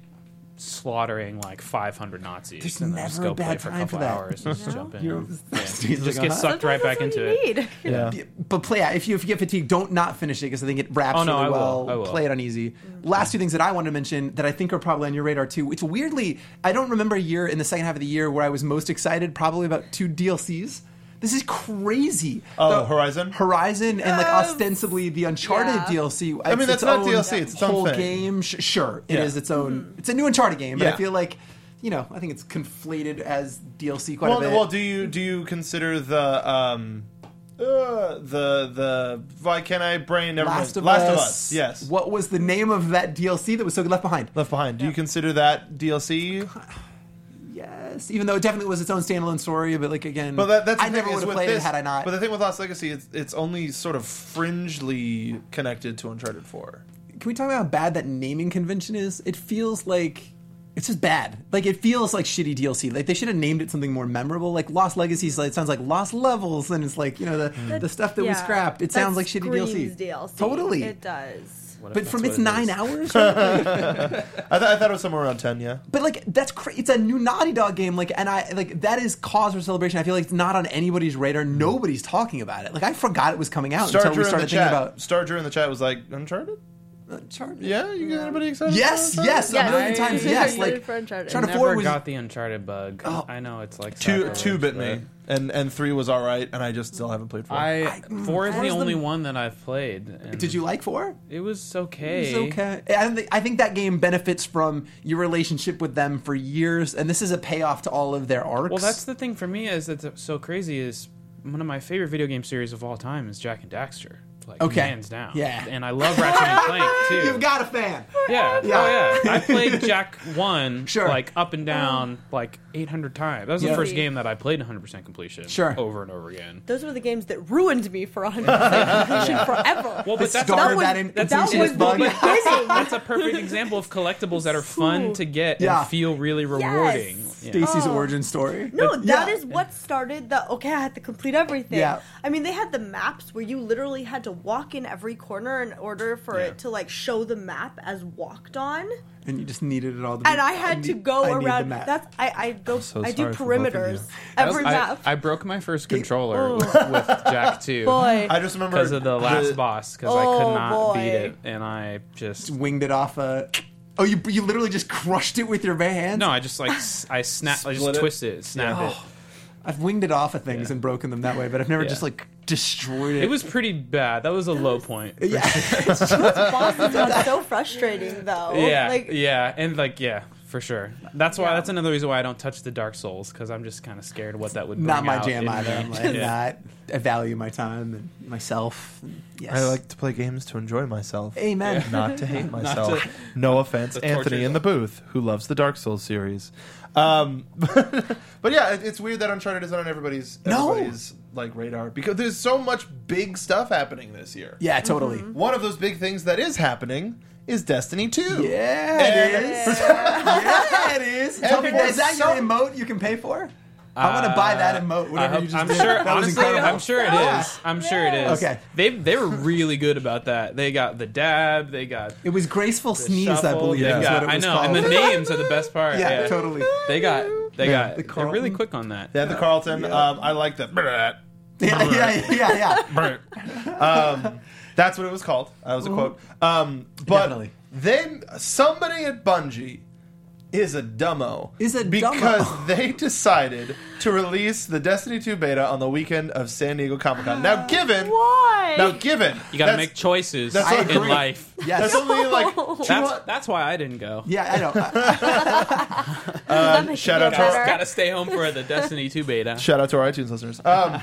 Speaker 4: slaughtering like 500 Nazis.
Speaker 3: There's
Speaker 4: and then just
Speaker 3: never
Speaker 4: go
Speaker 3: a bad
Speaker 4: play for a
Speaker 3: time
Speaker 4: couple
Speaker 3: for that.
Speaker 4: hours and just jump in.
Speaker 3: You're-
Speaker 4: Yeah.
Speaker 3: Steve's
Speaker 4: Just
Speaker 3: like,
Speaker 4: get
Speaker 3: "Uh-huh."
Speaker 4: sucked right back
Speaker 5: Sometimes that's
Speaker 4: into
Speaker 5: all you
Speaker 4: it.
Speaker 5: need.
Speaker 1: Yeah.
Speaker 3: But play it if you if you get fatigued. Don't not finish it because I think it wraps
Speaker 4: Oh, no,
Speaker 3: really
Speaker 4: I will.
Speaker 3: well.
Speaker 4: I will.
Speaker 3: Play it on easy. Last two things that I want to mention that I think are probably on your radar too. It's weirdly I don't remember a year in the second half of the year where I was most excited probably about two DLCs. This is crazy.
Speaker 1: Oh, Horizon?
Speaker 3: Horizon, and like
Speaker 5: Yes.
Speaker 3: ostensibly the Uncharted
Speaker 5: Yeah.
Speaker 3: DLC.
Speaker 1: I mean,
Speaker 3: It's
Speaker 1: that's not
Speaker 3: own
Speaker 1: DLC, it's its own
Speaker 3: whole
Speaker 1: thing.
Speaker 3: game. Sh- sure, it is
Speaker 1: Yeah.
Speaker 3: its own. It's a new Uncharted game, but I
Speaker 1: Yeah.
Speaker 3: feel like you know I think it's conflated as DLC quite
Speaker 1: Well,
Speaker 3: a bit.
Speaker 1: well, do you do you consider the um uh, the the why can't I brain never
Speaker 3: Last of
Speaker 1: mind. Last of
Speaker 3: Us.
Speaker 1: Us? Yes.
Speaker 3: What was the name of that DLC that was so good left behind?
Speaker 1: Left Behind. Do you consider that DLC?
Speaker 3: Yes, even though it definitely was its own standalone story, but like again,
Speaker 1: But that, that's the
Speaker 3: I
Speaker 1: thing
Speaker 3: never
Speaker 1: is
Speaker 3: would have
Speaker 1: with
Speaker 3: played it
Speaker 1: this-
Speaker 3: had I not.
Speaker 1: But the thing with Lost Legacy, it's, it's only sort of fringely connected to Uncharted Four.
Speaker 3: Can we talk about how bad that naming convention is? It feels like it's just bad. Like it feels like shitty DLC. Like they should have named it something more memorable. Like Lost Legacies. Like it sounds like Lost Levels, and it's like you know the the stuff that
Speaker 5: Mm. Yeah.
Speaker 3: we scrapped. It
Speaker 5: That
Speaker 3: sounds like shitty DLC.
Speaker 5: screams DLC.
Speaker 3: Totally.
Speaker 5: It does.
Speaker 4: What if
Speaker 3: but
Speaker 4: that's
Speaker 3: from
Speaker 4: what
Speaker 3: its
Speaker 4: it
Speaker 3: nine
Speaker 4: is?
Speaker 3: hours,
Speaker 1: I, th- I thought it was somewhere around ten. Yeah.
Speaker 3: But like that's cra- it's a new Naughty Dog game, like and I like that is cause for celebration. I feel like it's not on anybody's radar. Nobody's talking about it. Like I forgot it was coming out
Speaker 1: Starger
Speaker 3: until we
Speaker 1: in the
Speaker 3: started thinking
Speaker 1: chat.
Speaker 3: about
Speaker 1: Starger in the chat was like Uncharted.
Speaker 3: Uncharted.
Speaker 1: Yeah, you got anybody excited?
Speaker 3: Yes,
Speaker 1: about
Speaker 3: yes,
Speaker 1: Uncharted?
Speaker 3: a million
Speaker 5: Uh, Yes.
Speaker 3: times.
Speaker 5: Yeah,
Speaker 3: Yes,
Speaker 5: you
Speaker 3: like
Speaker 5: did for Uncharted.
Speaker 3: Uncharted
Speaker 5: Never
Speaker 3: Four
Speaker 4: Never
Speaker 3: was
Speaker 4: got the Uncharted bug.
Speaker 3: Oh.
Speaker 4: I know it's like
Speaker 1: Two
Speaker 4: sacrilege,
Speaker 1: two bit me,
Speaker 4: but-
Speaker 1: and and three was all right, and I just still haven't played four.
Speaker 4: I four is the
Speaker 3: Four's the-
Speaker 4: only one that I've played. and
Speaker 3: Did you like four?
Speaker 4: It was okay.
Speaker 3: It's okay. I, don't think, I think that game benefits from your relationship with them for years, and this is a payoff to all of their arcs.
Speaker 4: Well, that's the thing for me is that's so crazy is one of my favorite video game series of all time is Jack and Daxter. Like
Speaker 3: Okay.
Speaker 4: hands down.
Speaker 3: Yeah.
Speaker 4: And I love Ratchet and Clank too.
Speaker 3: You've got a fan.
Speaker 4: yeah.
Speaker 3: Yeah.
Speaker 4: Oh yeah. I played Jack one
Speaker 3: Sure.
Speaker 4: like up and down like 800 times. That was
Speaker 3: Yeah.
Speaker 4: the first game that I played 100% completion
Speaker 3: Sure.
Speaker 4: over and over again.
Speaker 5: Those were the games that ruined me for 100 completion forever.
Speaker 4: Well, but that's
Speaker 3: Scarred
Speaker 5: That was-
Speaker 3: that in-
Speaker 5: that
Speaker 3: completionist
Speaker 5: was-
Speaker 3: bug.
Speaker 4: But that's, a, that's a perfect example of collectibles that are fun to get
Speaker 3: Yeah.
Speaker 4: and feel really rewarding. Yeah.
Speaker 3: Stacy's
Speaker 5: Oh.
Speaker 3: origin story.
Speaker 5: No,
Speaker 3: But-
Speaker 5: that
Speaker 3: yeah.
Speaker 5: is what started the okay, I had to complete everything.
Speaker 3: Yeah.
Speaker 5: I mean, they had the maps where you literally had to walk in every corner in order for
Speaker 4: Yeah.
Speaker 5: it to like show the map as walked on.
Speaker 3: and you just needed it all. To be,
Speaker 5: And I had to
Speaker 3: need-
Speaker 5: go
Speaker 3: I need the
Speaker 5: around
Speaker 3: map.
Speaker 5: that's I I go
Speaker 1: so
Speaker 5: I do
Speaker 1: sorry for both of
Speaker 5: perimeters
Speaker 1: you.
Speaker 5: every
Speaker 4: I,
Speaker 5: map.
Speaker 4: I broke my first controller with, with Jack 2.
Speaker 5: Boy.
Speaker 1: I just remember
Speaker 4: because of the last boss because I
Speaker 5: Oh,
Speaker 4: could not
Speaker 5: boy.
Speaker 4: beat it and I just
Speaker 3: winged it off a. Oh, you you literally just crushed it with your bare hands.
Speaker 4: no I just like s- I snap I
Speaker 1: Split
Speaker 4: just
Speaker 1: it?
Speaker 4: twist it snap it
Speaker 3: I've winged it off of things
Speaker 4: Yeah.
Speaker 3: and broken them that way, but I've never
Speaker 4: Yeah.
Speaker 3: just like destroyed it.
Speaker 4: it was pretty bad that was a low point
Speaker 3: yeah.
Speaker 5: bosses are so frustrating though.
Speaker 4: yeah
Speaker 5: Like
Speaker 4: yeah and like yeah for sure that's why that's another reason why I don't touch the Dark Souls because I'm just kind of scared what that would bring
Speaker 3: not my
Speaker 4: out
Speaker 3: jam
Speaker 4: in
Speaker 3: either.
Speaker 4: me.
Speaker 3: I'm like
Speaker 4: Yeah.
Speaker 3: not. I value my time and myself. And yes.
Speaker 1: I like to play games to enjoy myself.
Speaker 3: Amen.
Speaker 1: Not to hate myself. no offense,
Speaker 4: The torture
Speaker 1: Anthony in the booth, who loves the Dark Souls series. Um, but yeah, it, it's weird that Uncharted isn't on everybody's,
Speaker 3: No.
Speaker 1: everybody's like radar because there's so much big stuff happening this year.
Speaker 3: Yeah, totally.
Speaker 1: One of those big things that is happening is Destiny 2.
Speaker 3: Yeah,
Speaker 1: And-
Speaker 3: it is. yeah, it is. Tell me,
Speaker 1: for
Speaker 3: is that your
Speaker 1: some-
Speaker 3: emote you can pay for? I want to buy that emote.
Speaker 4: Uh, I
Speaker 3: Whatever you just
Speaker 4: am
Speaker 3: did.
Speaker 4: sure.
Speaker 3: That was
Speaker 4: Honestly,
Speaker 3: incredible.
Speaker 4: I'm sure it
Speaker 3: Yeah.
Speaker 4: is. I'm sure it is.
Speaker 3: Okay.
Speaker 4: They they were really good about that. They got the dab. They got
Speaker 3: It was graceful sneeze, I
Speaker 4: shuffle,
Speaker 3: believe.
Speaker 4: they
Speaker 3: is
Speaker 4: got-
Speaker 3: what it
Speaker 4: I
Speaker 3: was
Speaker 4: know.
Speaker 3: Called.
Speaker 4: And the names are the best part.
Speaker 3: yeah, totally.
Speaker 4: They got. They
Speaker 1: Yeah.
Speaker 4: got.
Speaker 1: The
Speaker 4: they're really
Speaker 3: Carlton.
Speaker 4: quick on that.
Speaker 1: Yeah, the Carlton. Um, I like the.
Speaker 3: Yeah, yeah, yeah, yeah.
Speaker 1: um, that's what it was called. That was a quote. Um, but
Speaker 3: Definitely.
Speaker 1: then somebody at Bungie is a dumbo.
Speaker 3: Is a dumbo.
Speaker 1: because they decided to release the Destiny 2 beta on the weekend of San Diego Comic Con. Now, given
Speaker 5: why?
Speaker 1: now given
Speaker 4: You got to
Speaker 1: that's-
Speaker 4: make choices
Speaker 1: that's
Speaker 3: what I
Speaker 4: in
Speaker 3: agree.
Speaker 4: life.
Speaker 1: That's
Speaker 3: Yes.
Speaker 1: only like two
Speaker 4: That's that's why I didn't go.
Speaker 3: Yeah, I know. I-
Speaker 5: That makes
Speaker 1: shout
Speaker 5: me
Speaker 1: out to-
Speaker 5: better.
Speaker 4: Got to stay home for the Destiny 2 beta.
Speaker 1: Shout out to our iTunes listeners. Um,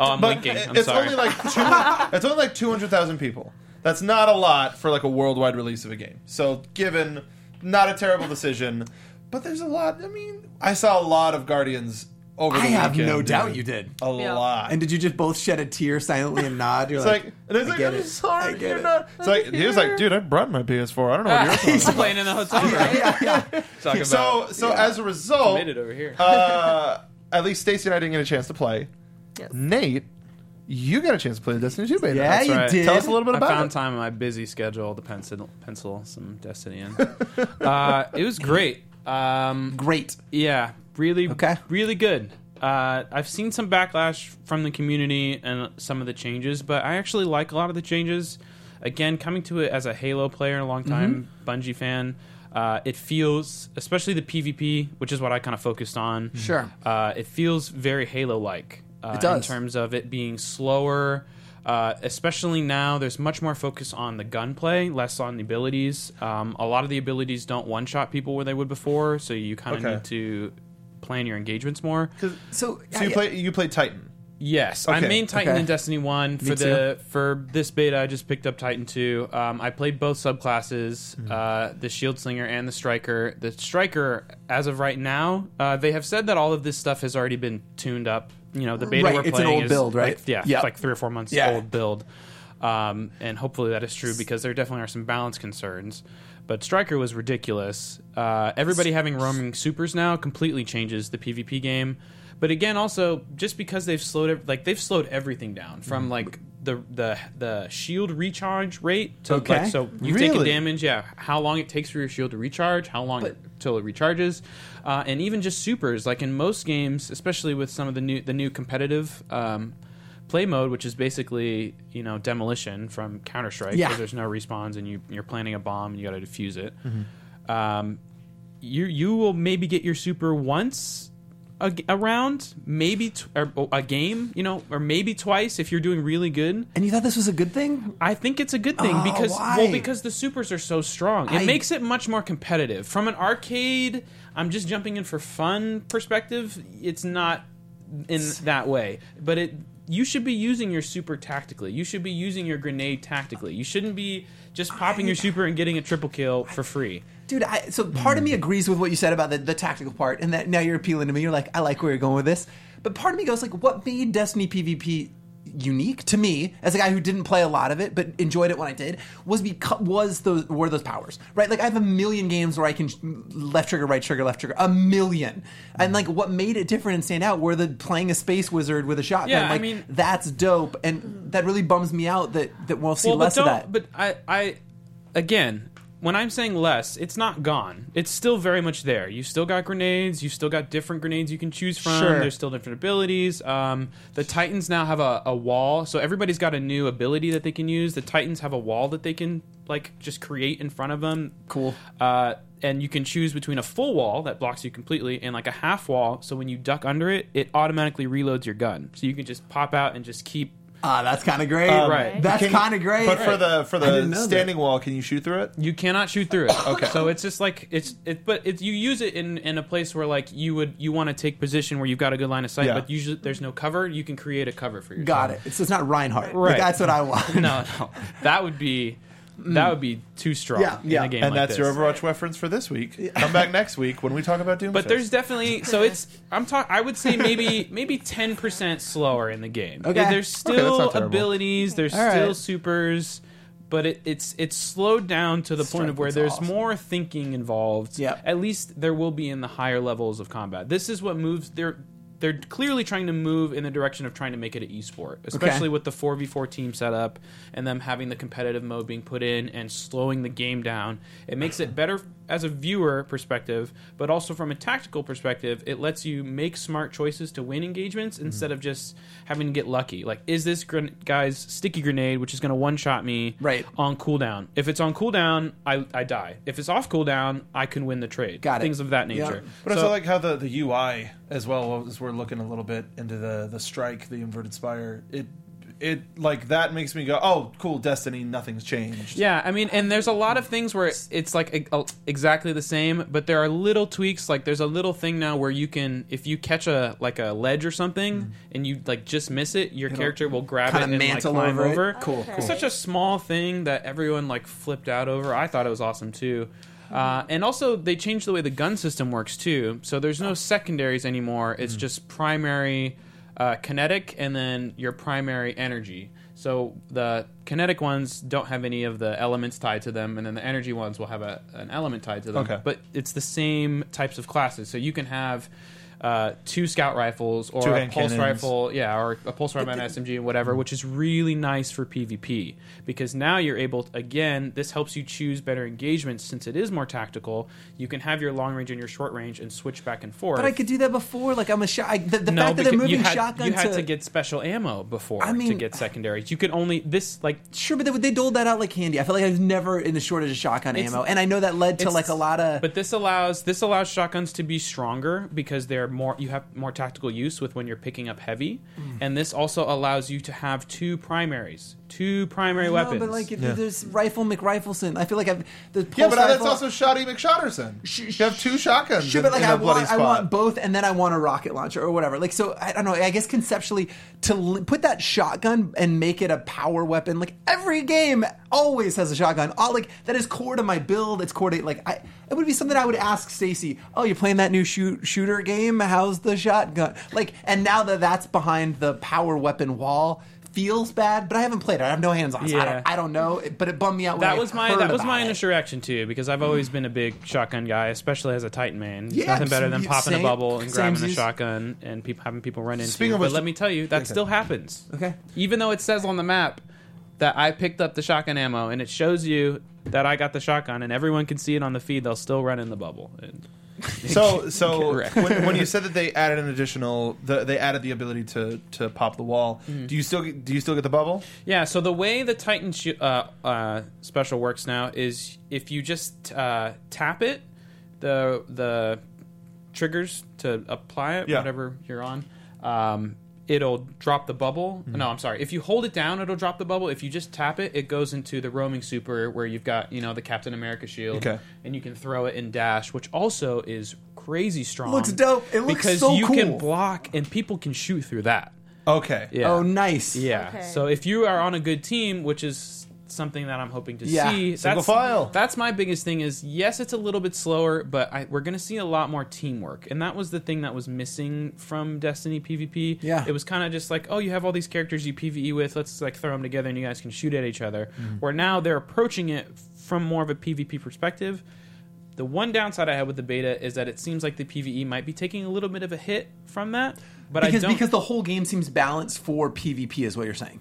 Speaker 4: Oh, I'm
Speaker 1: but
Speaker 4: blinking. I'm
Speaker 1: it's
Speaker 4: sorry.
Speaker 1: only like two, it's only like two hundred thousand people. That's not a lot for like a worldwide release of a game. So given, not a terrible decision, but there's a lot. I mean, I saw a lot of Guardians over. The
Speaker 3: I have
Speaker 1: weekend,
Speaker 3: no
Speaker 1: dude.
Speaker 3: doubt you did.
Speaker 1: A
Speaker 5: Yeah.
Speaker 1: lot.
Speaker 3: And did you just both shed a tear silently and nod? You're
Speaker 1: it's like, and it's
Speaker 3: I
Speaker 1: like
Speaker 3: get
Speaker 1: I'm
Speaker 3: it.
Speaker 1: sorry,
Speaker 3: I get
Speaker 1: you're
Speaker 3: it.
Speaker 1: not. It's like he was like, dude, I brought my PS4. I don't know what yours
Speaker 4: He's playing in the hotel room. Talk about
Speaker 1: is. So, so as a result,
Speaker 4: committed over here.
Speaker 1: uh, at least Stacy and I didn't get a chance to play.
Speaker 5: Yes.
Speaker 1: Nate you got a chance to play Destiny 2, baby.
Speaker 3: Yeah, you
Speaker 4: right.
Speaker 3: did.
Speaker 1: Tell us a little bit
Speaker 4: I
Speaker 1: about
Speaker 4: found
Speaker 1: it.
Speaker 4: time in my busy schedule to pencil, pencil some Destiny in. uh, it was great. Um,
Speaker 3: Great.
Speaker 4: Yeah, really,
Speaker 3: Okay.
Speaker 4: really good. Uh, I've seen some backlash from the community and some of the changes, but I actually like a lot of the changes. Again, coming to it as a Halo player, a long time
Speaker 3: Mm-hmm.
Speaker 4: Bungie fan, uh, it feels, especially the PvP, which is what I kind of focused on.
Speaker 3: Sure.
Speaker 4: uh, it feels very Halo like. Uh,
Speaker 3: It does.
Speaker 4: in terms of it being slower. Uh, especially now, there's much more focus on the gunplay, less on the abilities. Um, a lot of the abilities don't one-shot people where they would before, so you kind of
Speaker 1: Okay.
Speaker 4: need to plan your engagements more.
Speaker 3: So,
Speaker 1: So you play you play Titan.
Speaker 4: Yes, I
Speaker 1: Okay.
Speaker 4: main Titan
Speaker 3: Okay.
Speaker 4: in Destiny One for the for this beta. I just picked up Titan Two. Um, I played both subclasses,
Speaker 3: Mm.
Speaker 4: uh, the Shield Slinger and the Striker. The Striker, as of right now, uh, they have said that all of this stuff has already been tuned up. You know, the beta
Speaker 3: Right,
Speaker 4: we're
Speaker 3: it's an
Speaker 4: playing
Speaker 3: old
Speaker 4: is
Speaker 3: build, right?
Speaker 4: Like, yeah,
Speaker 3: Yep.
Speaker 4: like three or four months
Speaker 3: Yeah.
Speaker 4: old build, um, and hopefully that is true because there definitely are some balance concerns. But Striker was ridiculous. Uh, everybody having roaming supers now completely changes the PvP game. But again, also just because they've slowed ev- like they've slowed everything down
Speaker 3: Mm.
Speaker 4: from like the the the shield recharge rate to
Speaker 3: Okay.
Speaker 4: like so you take a
Speaker 1: Really?
Speaker 4: damage, yeah, how long it takes for your shield to recharge, how long it till it recharges, uh, and even just supers. Like in most games, especially with some of the new the new competitive um, play mode, which is basically you know demolition from Counter Strike,
Speaker 3: Yeah.
Speaker 4: there's no respawns and you you're planting a bomb and you got to defuse it. Um, you you will maybe get your super once a, a round, maybe t- or a game, you know, or maybe twice if you're doing really good.
Speaker 3: and you thought this was a good thing?
Speaker 4: I think it's a good thing
Speaker 3: Oh,
Speaker 4: because
Speaker 3: why?
Speaker 4: well because the supers are so strong. It
Speaker 3: I-
Speaker 4: makes it much more competitive. From an arcade, I'm just jumping in for fun perspective, it's not in that way. But it you should be using your super tactically. You should be using your grenade tactically. You shouldn't be just popping your super and getting a triple kill for free.
Speaker 3: Dude, I, so part
Speaker 4: Hmm.
Speaker 3: of me agrees with what you said about the, the tactical part, and that now you're appealing to me. You're like, I like where you're going with this. But part of me goes like, what made Destiny PvP unique to me as a guy who didn't play a lot of it but enjoyed it when I did was because was those were those powers right? Like I have a million games where I can sh- left trigger, right trigger, left trigger, a 1000000
Speaker 4: Hmm.
Speaker 3: and like what made it different and stand out were the playing a space wizard with a shotgun.
Speaker 4: Yeah, I
Speaker 3: like
Speaker 4: mean-
Speaker 3: that's dope, and that really bums me out that that we'll see less
Speaker 4: but
Speaker 3: of that.
Speaker 4: don't- But I, I, again, when I'm saying less, it's not gone. It's still very much there. You still got grenades. You still got different grenades you can choose from.
Speaker 3: Sure.
Speaker 4: There's still different abilities. Um, the Titans now have a, a wall, so everybody's got a new ability that they can use. The Titans have a wall that they can like just create in front of them.
Speaker 3: Cool.
Speaker 4: Uh, and you can choose between a full wall that blocks you completely and like a half wall. So when you duck under it, it automatically reloads your gun. So you can just pop out and just keep
Speaker 3: Ah, that's kind of great.
Speaker 4: Uh, right.
Speaker 3: That's
Speaker 1: Um, Can you-
Speaker 3: kind of great.
Speaker 1: But for the for
Speaker 3: I didn't
Speaker 1: the
Speaker 3: know that.
Speaker 1: standing wall, can you shoot through it?
Speaker 4: You cannot shoot through it. okay. So it's just like it's it, but it's you use it in in a place where like you would you want to take position where you've got a good line of sight,
Speaker 1: Yeah.
Speaker 4: but usually there's no cover. You can create a cover for yourself.
Speaker 3: Got it. It's, it's not Reinhardt. Like,
Speaker 4: Right.
Speaker 3: that's what I want.
Speaker 4: No, no, that would be that would be too strong
Speaker 3: Yeah, yeah.
Speaker 4: in a game.
Speaker 1: And
Speaker 4: like
Speaker 1: that's
Speaker 4: this.
Speaker 1: your Overwatch reference for this week. Come back next week when we talk about Doomfist.
Speaker 4: But there's definitely so it's I'm talking I would say maybe maybe ten percent slower in the game.
Speaker 3: Okay.
Speaker 4: There's
Speaker 1: Okay, that's not
Speaker 4: still
Speaker 1: terrible.
Speaker 4: abilities. There's
Speaker 3: All
Speaker 4: still
Speaker 3: right.
Speaker 4: supers, but it, it's it's slowed down to the point of where
Speaker 3: Striking's
Speaker 4: there's
Speaker 3: awesome.
Speaker 4: more thinking involved.
Speaker 3: Yep.
Speaker 4: At least there will be in the higher levels of combat. This is what moves. They're they're clearly trying to move in the direction of trying to make it an esport, especially with the four v four team setup and them having the competitive mode being put in and slowing the game down. It makes it better as a viewer perspective, but also from a tactical perspective, it lets you make smart choices to win engagements instead of just having to get lucky. Like, is this gren- guy's sticky grenade, which is going to one shot me,
Speaker 3: Right.
Speaker 4: on cooldown. If it's on cooldown, I, I die. If it's off cooldown, I can win the trade.
Speaker 3: Got it.
Speaker 4: Things of that nature.
Speaker 3: Yeah.
Speaker 1: But I
Speaker 4: So-
Speaker 1: also like how the, the UI as well as we're looking a little bit into the the strike, the inverted spire. It it like that makes me go, oh, cool, Destiny, nothing's changed.
Speaker 4: yeah, I mean, and there's a lot of things where it's like e- oh, exactly the same, but there are little tweaks. Like there's a little thing now where you can, if you catch a like a ledge or something, and you like just miss it, your character will grab it
Speaker 3: Mm-hmm. kinda
Speaker 4: and like
Speaker 3: mantle
Speaker 4: climb
Speaker 3: over it.
Speaker 4: over.
Speaker 5: Cool, Okay. cool.
Speaker 4: It's such a small thing that everyone like flipped out over. I thought it was awesome too. Uh, and also, they changed the way the gun system works too. So there's no secondaries anymore. It's
Speaker 1: Mm.
Speaker 4: just primary uh, kinetic and then your primary energy. So the kinetic ones don't have any of the elements tied to them, and then the energy ones will have a, an element tied to them.
Speaker 1: Okay.
Speaker 4: But it's the same types of classes. So you can have uh, two scout rifles or
Speaker 1: Two
Speaker 4: a
Speaker 1: hand
Speaker 4: pulse
Speaker 1: cannons.
Speaker 4: rifle, yeah, or a pulse rifle and SMG and whatever, which is really nice for PvP because now you're able to, again, this helps you choose better engagements since it is more tactical. You can have your long range and your short range and switch back and forth.
Speaker 3: But I could do that before. Like I'm a shot. I, the the
Speaker 4: No,
Speaker 3: fact that they're
Speaker 4: because
Speaker 3: moving
Speaker 4: you had,
Speaker 3: shotgun
Speaker 4: you had
Speaker 3: to,
Speaker 4: to, get special ammo before
Speaker 3: I
Speaker 4: to
Speaker 3: mean-
Speaker 4: get secondaries. You could only this like
Speaker 3: sure, but they, they doled that out like candy. I felt like I was never in the shortage of shotgun
Speaker 4: It's-
Speaker 3: ammo, and I know that led to
Speaker 4: it's-
Speaker 3: like a lot of.
Speaker 4: But this allows this allows shotguns to be stronger because they're more you have more tactical use with when you're picking up heavy,
Speaker 3: Mm.
Speaker 4: and this also allows you to have two primaries, two primary weapons.
Speaker 3: No, but like if there's rifle McRifleson. I feel like I've the pulse
Speaker 1: Yeah, but uh, that's
Speaker 3: rifle,
Speaker 1: also Shoddy McShotterson. you have two shotguns
Speaker 3: Sure,
Speaker 1: in,
Speaker 3: but like
Speaker 1: in a
Speaker 3: I
Speaker 1: bloody
Speaker 3: want, I
Speaker 1: spot.
Speaker 3: want both, and then I want a rocket launcher or whatever. Like, so I don't know. I guess conceptually, to li- put that shotgun and make it a power weapon, like every game always has a shotgun. All like that is core to my build. It's core to like I. It would be something I would ask Stacy. Oh, you're playing that new shoot, shooter game? How's the shotgun? Like, and now that that's behind the power weapon wall. Feels bad, but I haven't played it. I have no hands on. So I,
Speaker 4: Yeah.
Speaker 3: don't, I don't know, it- but it bummed me out. When
Speaker 4: that
Speaker 3: I
Speaker 4: was my
Speaker 3: heard
Speaker 4: that was
Speaker 3: about
Speaker 4: my
Speaker 3: it.
Speaker 4: initial reaction too because I've always been a big shotgun guy, especially as a Titan man. It's
Speaker 3: Yeah,
Speaker 4: nothing better than
Speaker 3: same-
Speaker 4: popping a bubble and grabbing a
Speaker 3: samesies.
Speaker 4: shotgun and peop having people run into.
Speaker 1: Speaking
Speaker 4: you.
Speaker 1: of
Speaker 4: but
Speaker 1: which-
Speaker 4: let me tell you, that still happens.
Speaker 3: Okay.
Speaker 4: even though it says on the map that I picked up the shotgun ammo and it shows you that I got the shotgun and everyone can see it on the feed, they'll still run in the bubble. And
Speaker 1: So, so
Speaker 4: Correct.
Speaker 1: when, when you said that they added an additional, the, they added the ability to to pop the wall. Do you still get, do you still get the bubble?
Speaker 4: Mm. Yeah, so the way the Titan sh- uh, uh, special works now is if you just uh, tap it, the the triggers to apply it,
Speaker 1: Yeah.
Speaker 4: whatever you're on, um, it'll drop the bubble.
Speaker 3: Mm-hmm.
Speaker 4: No, I'm sorry. If you hold it down, it'll drop the bubble. If you just tap it, it goes into the roaming super where you've got you know the Captain America shield,
Speaker 1: Okay.
Speaker 4: and you can throw it in dash, which also is crazy strong.
Speaker 3: Looks dope. It looks
Speaker 4: because
Speaker 3: so
Speaker 4: you
Speaker 3: cool.
Speaker 4: can block and people can shoot through that.
Speaker 1: Okay.
Speaker 4: Yeah.
Speaker 3: Oh, nice.
Speaker 4: Yeah.
Speaker 5: Okay.
Speaker 4: So if you are on a good team, which is something that I'm hoping to
Speaker 3: Yeah.
Speaker 4: see,
Speaker 1: Single
Speaker 4: that's,
Speaker 1: file.
Speaker 4: That's my biggest thing. Is yes, it's a little bit slower, but I, we're going to see a lot more teamwork, and that was the thing that was missing from Destiny PvP.
Speaker 3: Yeah.
Speaker 4: It was kind of just like, oh, you have all these characters you PVE with. Let's like throw them together, and you guys can shoot at each other.
Speaker 3: Mm-hmm.
Speaker 4: Where now they're approaching it from more of a PvP perspective. The one downside I had with the beta is that it seems like the PVE might be taking a little bit of a hit from that, but
Speaker 3: because
Speaker 4: I don't
Speaker 3: because the whole game seems balanced for PvP is what you're saying.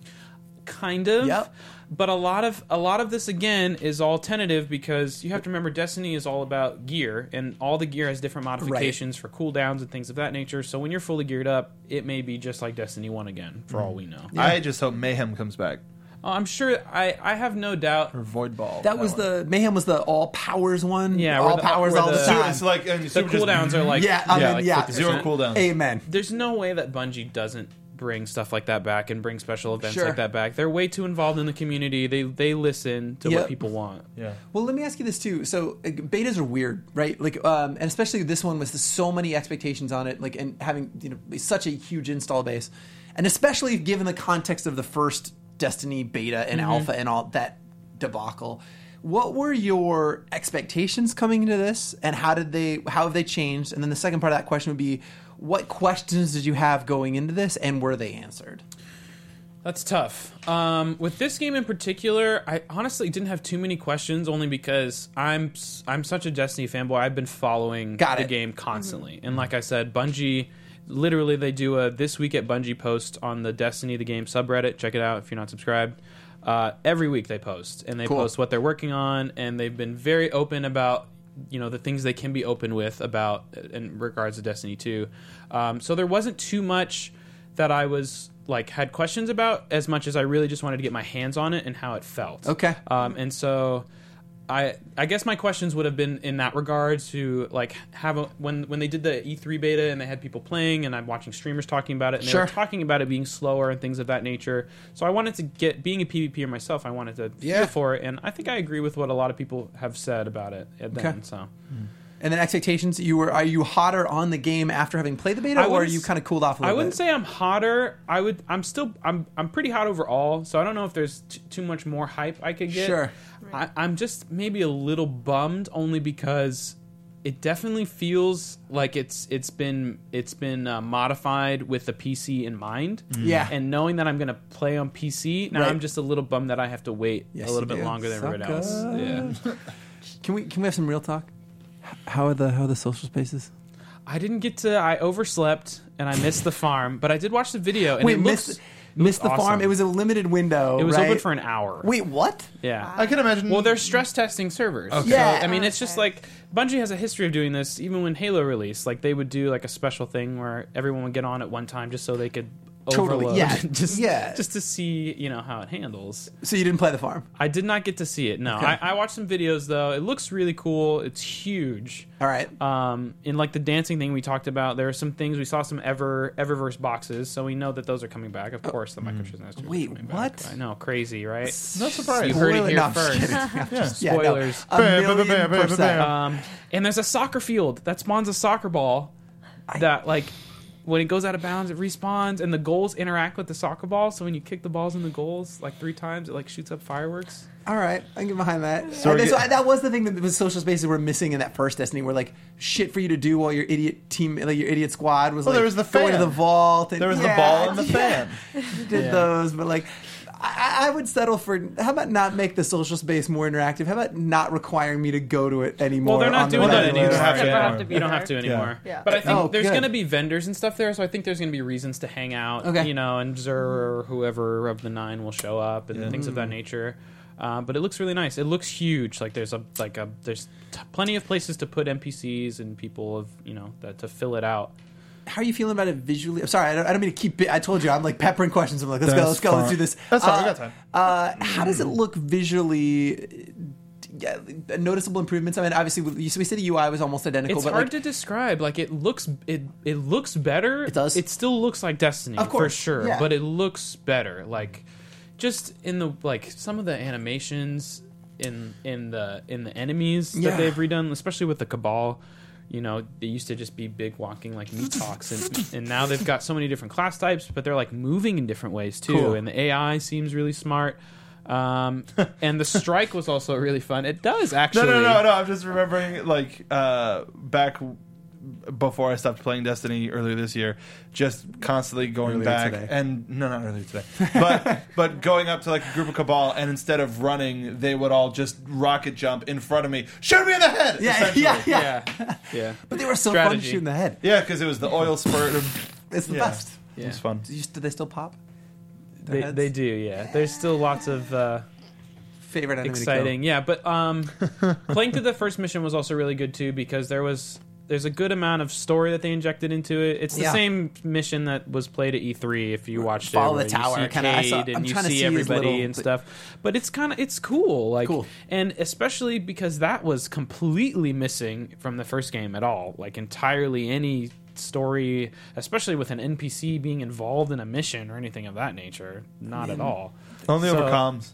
Speaker 4: kind of.
Speaker 3: Yep.
Speaker 4: But a lot of a lot of this again is all tentative because you have to remember Destiny is all about gear and all the gear has different modifications for cooldowns and things of that nature. So when you're fully geared up, it may be just like Destiny 1 again for all we know.
Speaker 3: Mm-hmm.
Speaker 1: I just hope Mayhem comes back
Speaker 4: Uh, I'm sure I I have no doubt
Speaker 1: or Void Ball.
Speaker 3: That, was the Mayhem was the all powers one.
Speaker 4: Yeah, where
Speaker 3: all
Speaker 4: the-
Speaker 3: powers
Speaker 4: where
Speaker 3: all the,
Speaker 4: the-
Speaker 1: Two,
Speaker 3: time.
Speaker 1: it's like and
Speaker 4: the
Speaker 1: super just-
Speaker 4: cooldowns are like
Speaker 3: yeah, I
Speaker 1: Yeah,
Speaker 3: mean,
Speaker 1: like
Speaker 3: yeah,
Speaker 4: 50%.
Speaker 1: zero cooldown.
Speaker 3: Amen.
Speaker 4: There's no way that Bungie doesn't bring stuff like that back and bring special events
Speaker 3: Sure.
Speaker 4: like that back. They're way too involved in the community. They they listen to
Speaker 3: Yep.
Speaker 4: what people want.
Speaker 1: Yeah.
Speaker 3: Well, let me ask you this too. So uh, betas are weird, right? Like, um, and especially this one with so many expectations on it, like, and having you know such a huge install base, and especially given the context of the first Destiny beta
Speaker 4: Mm-hmm.
Speaker 3: and alpha and all that debacle. What were your expectations coming into this, and how did they? How have they changed? And then the second part of that question would be, what questions did you have going into this, and were they answered?
Speaker 4: That's tough. Um, with this game in particular, I honestly didn't have too many questions, only because I'm s- I'm such a Destiny fanboy. I've been following
Speaker 3: Got
Speaker 4: the
Speaker 3: it.
Speaker 4: game constantly,
Speaker 3: Mm-hmm.
Speaker 4: and like I said, Bungie. Literally, they do a this week at Bungie post on the Destiny the game subreddit. Check it out if you're not subscribed. Uh, every week they post, and they
Speaker 3: Cool.
Speaker 4: post what they're working on, and they've been very open about you know the things they can be open with about in regards to Destiny 2. Um, so there wasn't too much that I was like had questions about as much as I really just wanted to get my hands on it and how it felt.
Speaker 3: Okay.
Speaker 4: Um, and so I I guess my questions would have been in that regard to like have a, when when they did the E3 beta and they had people playing and I'm watching streamers talking about it and they
Speaker 3: Sure.
Speaker 4: were talking about it being slower and things of that nature. So I wanted to get being a PvPer myself, I wanted to
Speaker 3: Yeah.
Speaker 4: feel for it and I think I agree with what a lot of people have said about it at then
Speaker 3: Okay.
Speaker 4: so.
Speaker 3: And then expectations. You were are you hotter on the game after having played the beta, or are
Speaker 4: wouldn't
Speaker 3: you
Speaker 4: s-
Speaker 3: kind of cooled off a
Speaker 4: I
Speaker 3: little
Speaker 4: wouldn't
Speaker 3: bit?
Speaker 4: say I'm hotter. I would. I'm still. I'm. I'm pretty hot overall. So I don't know if there's t- too much more hype I could get.
Speaker 3: Sure.
Speaker 4: I, I'm just maybe a little bummed only because it definitely feels like it's it's been it's been uh, modified with the PC in mind.
Speaker 3: Yeah.
Speaker 4: And knowing that I'm gonna play on PC now,
Speaker 3: Right.
Speaker 4: I'm just a little bummed that I have to wait
Speaker 3: Yes,
Speaker 4: a little
Speaker 3: you
Speaker 4: bit
Speaker 3: do.
Speaker 4: longer than everyone else.
Speaker 3: Sucker.
Speaker 4: Yeah.
Speaker 3: Can we can we have some real talk? How are the how are the social spaces?
Speaker 4: I didn't get to. I overslept and I missed the farm, but I did watch the video. And
Speaker 3: Wait,
Speaker 4: it looks,
Speaker 3: missed,
Speaker 4: it looks
Speaker 3: missed the farm.
Speaker 4: awesome.
Speaker 3: It was a limited window.
Speaker 4: It was
Speaker 3: right?
Speaker 4: open for an hour.
Speaker 3: Wait, what?
Speaker 4: yeah.
Speaker 1: I can imagine.
Speaker 4: Well, they're stress testing servers.
Speaker 3: Yeah.
Speaker 4: So, I mean, it's just
Speaker 5: Okay.
Speaker 4: like Bungie has a history of doing this. Even when Halo released, like they would do like a special thing where everyone would get on at one time just so they could
Speaker 3: Totally,
Speaker 4: overload.
Speaker 3: yeah,
Speaker 4: just
Speaker 3: yeah.
Speaker 4: just to see you know how it handles.
Speaker 3: So you didn't play the farm.
Speaker 4: I did not get to see it. No, I, I watched some videos though. It looks really cool. It's huge.
Speaker 3: All right.
Speaker 4: Um, in like the dancing thing we talked about, there are some things we saw some ever Eververse boxes, so we know that those are coming back. Of course, the microtransactions. are
Speaker 3: Oh, mm. wait,
Speaker 4: coming back.
Speaker 3: what?
Speaker 4: I know, crazy, right?
Speaker 1: not surprised.
Speaker 4: You heard
Speaker 3: Spoiler-
Speaker 4: it here
Speaker 3: no, I'm just
Speaker 4: first.
Speaker 3: kidding. Yeah, no. uh,
Speaker 4: Spoilers.
Speaker 3: A
Speaker 1: Bam, bam,
Speaker 3: million
Speaker 1: bam, bam,
Speaker 3: percent. Uh,
Speaker 1: bam.
Speaker 4: Um, and there's a soccer field that spawns a soccer ball that like when it goes out of bounds it respawns and the goals interact with the soccer ball so when you kick the balls in the goals like three times it like shoots up fireworks
Speaker 3: All right, I can get behind that.
Speaker 1: So
Speaker 3: And
Speaker 1: we're
Speaker 3: so
Speaker 1: get-
Speaker 3: that was the thing that the social spaces were missing in that first Destiny, where like shit for you to do while your idiot team, like your idiot squad was
Speaker 1: Well,
Speaker 3: like
Speaker 1: there was the
Speaker 3: going to
Speaker 1: fan.
Speaker 3: the vault. And,
Speaker 1: there was
Speaker 3: Yeah,
Speaker 1: the ball and the
Speaker 3: yeah,
Speaker 1: fan.
Speaker 3: you Did those, but like. I, I would settle for how about not make the social space more interactive? How about not requiring me to go to it anymore?
Speaker 4: well they're not
Speaker 3: on the
Speaker 4: doing that
Speaker 1: you
Speaker 3: regular?
Speaker 1: don't
Speaker 4: anymore
Speaker 1: have to
Speaker 5: Except I
Speaker 1: anymore.
Speaker 5: be
Speaker 4: you don't have
Speaker 5: there.
Speaker 4: to anymore
Speaker 5: Yeah.
Speaker 4: but i think
Speaker 3: Oh,
Speaker 4: there's
Speaker 3: good.
Speaker 4: going to be vendors and stuff there so i think there's going to be reasons to hang out
Speaker 3: Okay.
Speaker 4: you know and Zer or whoever of the nine will show up and things of
Speaker 3: Hmm.
Speaker 4: that nature um, but it looks really nice. It looks huge. Like there's a like a there's t- plenty of places to put NPCs and people of you know that to fill it out.
Speaker 3: How are you feeling about it visually? I'm sorry, I don't, I don't mean to keep. it- I told you, I'm like peppering questions. I'm like, let's go,
Speaker 1: That's
Speaker 3: let's go, let's
Speaker 1: fine.
Speaker 3: do this.
Speaker 1: That's fine,
Speaker 3: Uh,
Speaker 1: we got time.
Speaker 3: Uh, how does it look visually? Yeah, noticeable improvements. I mean, obviously, we, so we said the UI was almost identical,
Speaker 4: It's
Speaker 3: but
Speaker 4: hard
Speaker 3: like,
Speaker 4: to describe. Like it looks it it looks better. It
Speaker 3: does.
Speaker 4: It still looks like Destiny,
Speaker 3: Of course,
Speaker 4: for sure.
Speaker 3: yeah.
Speaker 4: But it looks better. Like just in the like some of the animations in in the in the enemies
Speaker 3: Yeah.
Speaker 4: that they've redone, especially with the Cabal. You know, they used to just be big walking like Meatox, and and now they've got so many different class types, but they're like moving in different ways too.
Speaker 3: Cool.
Speaker 4: And the AI seems really smart. Um, and the strike was also really fun. It does
Speaker 1: No,
Speaker 4: actually.
Speaker 1: no, no, no. I'm just remembering like uh, back w- before I stopped playing Destiny earlier this year, just constantly going
Speaker 3: Earlier
Speaker 1: back
Speaker 3: today.
Speaker 1: and no, not earlier today, but but going up to like a group of Cabal and instead of running, they would all just rocket jump in front of me, shoot me in the head.
Speaker 3: yeah,
Speaker 1: essentially.
Speaker 3: yeah, yeah,
Speaker 4: Yeah, yeah.
Speaker 3: But they were so fun
Speaker 4: Strategy.
Speaker 3: shooting the head.
Speaker 1: yeah, because it was the oil spurt. of-
Speaker 3: It's the
Speaker 1: Yeah.
Speaker 3: best.
Speaker 1: It was fun.
Speaker 3: Do you- do they still pop? Their
Speaker 4: They,
Speaker 3: heads?
Speaker 4: they do, yeah. There's still lots of uh,
Speaker 3: Favorite enemy
Speaker 4: exciting, yeah. But um, playing through the first mission was also really good too because there was there's a good amount of story that they injected into it. It's the
Speaker 3: Yeah.
Speaker 4: same mission that was played at E3 if you watched
Speaker 3: Follow
Speaker 4: it.
Speaker 3: the
Speaker 4: where you
Speaker 3: tower,
Speaker 4: see
Speaker 3: kinda. I saw-
Speaker 4: Cade
Speaker 3: I'm
Speaker 4: and you
Speaker 3: trying to
Speaker 4: see
Speaker 3: see his
Speaker 4: everybody
Speaker 3: little-
Speaker 4: and stuff. But it's kind of it's cool, like,
Speaker 3: Cool.
Speaker 4: and especially because that was completely missing from the first game at all, like entirely any story, especially with an NPC being involved in a mission or anything of that nature, not at all.
Speaker 1: Only
Speaker 4: So-
Speaker 1: over comms.
Speaker 3: to go.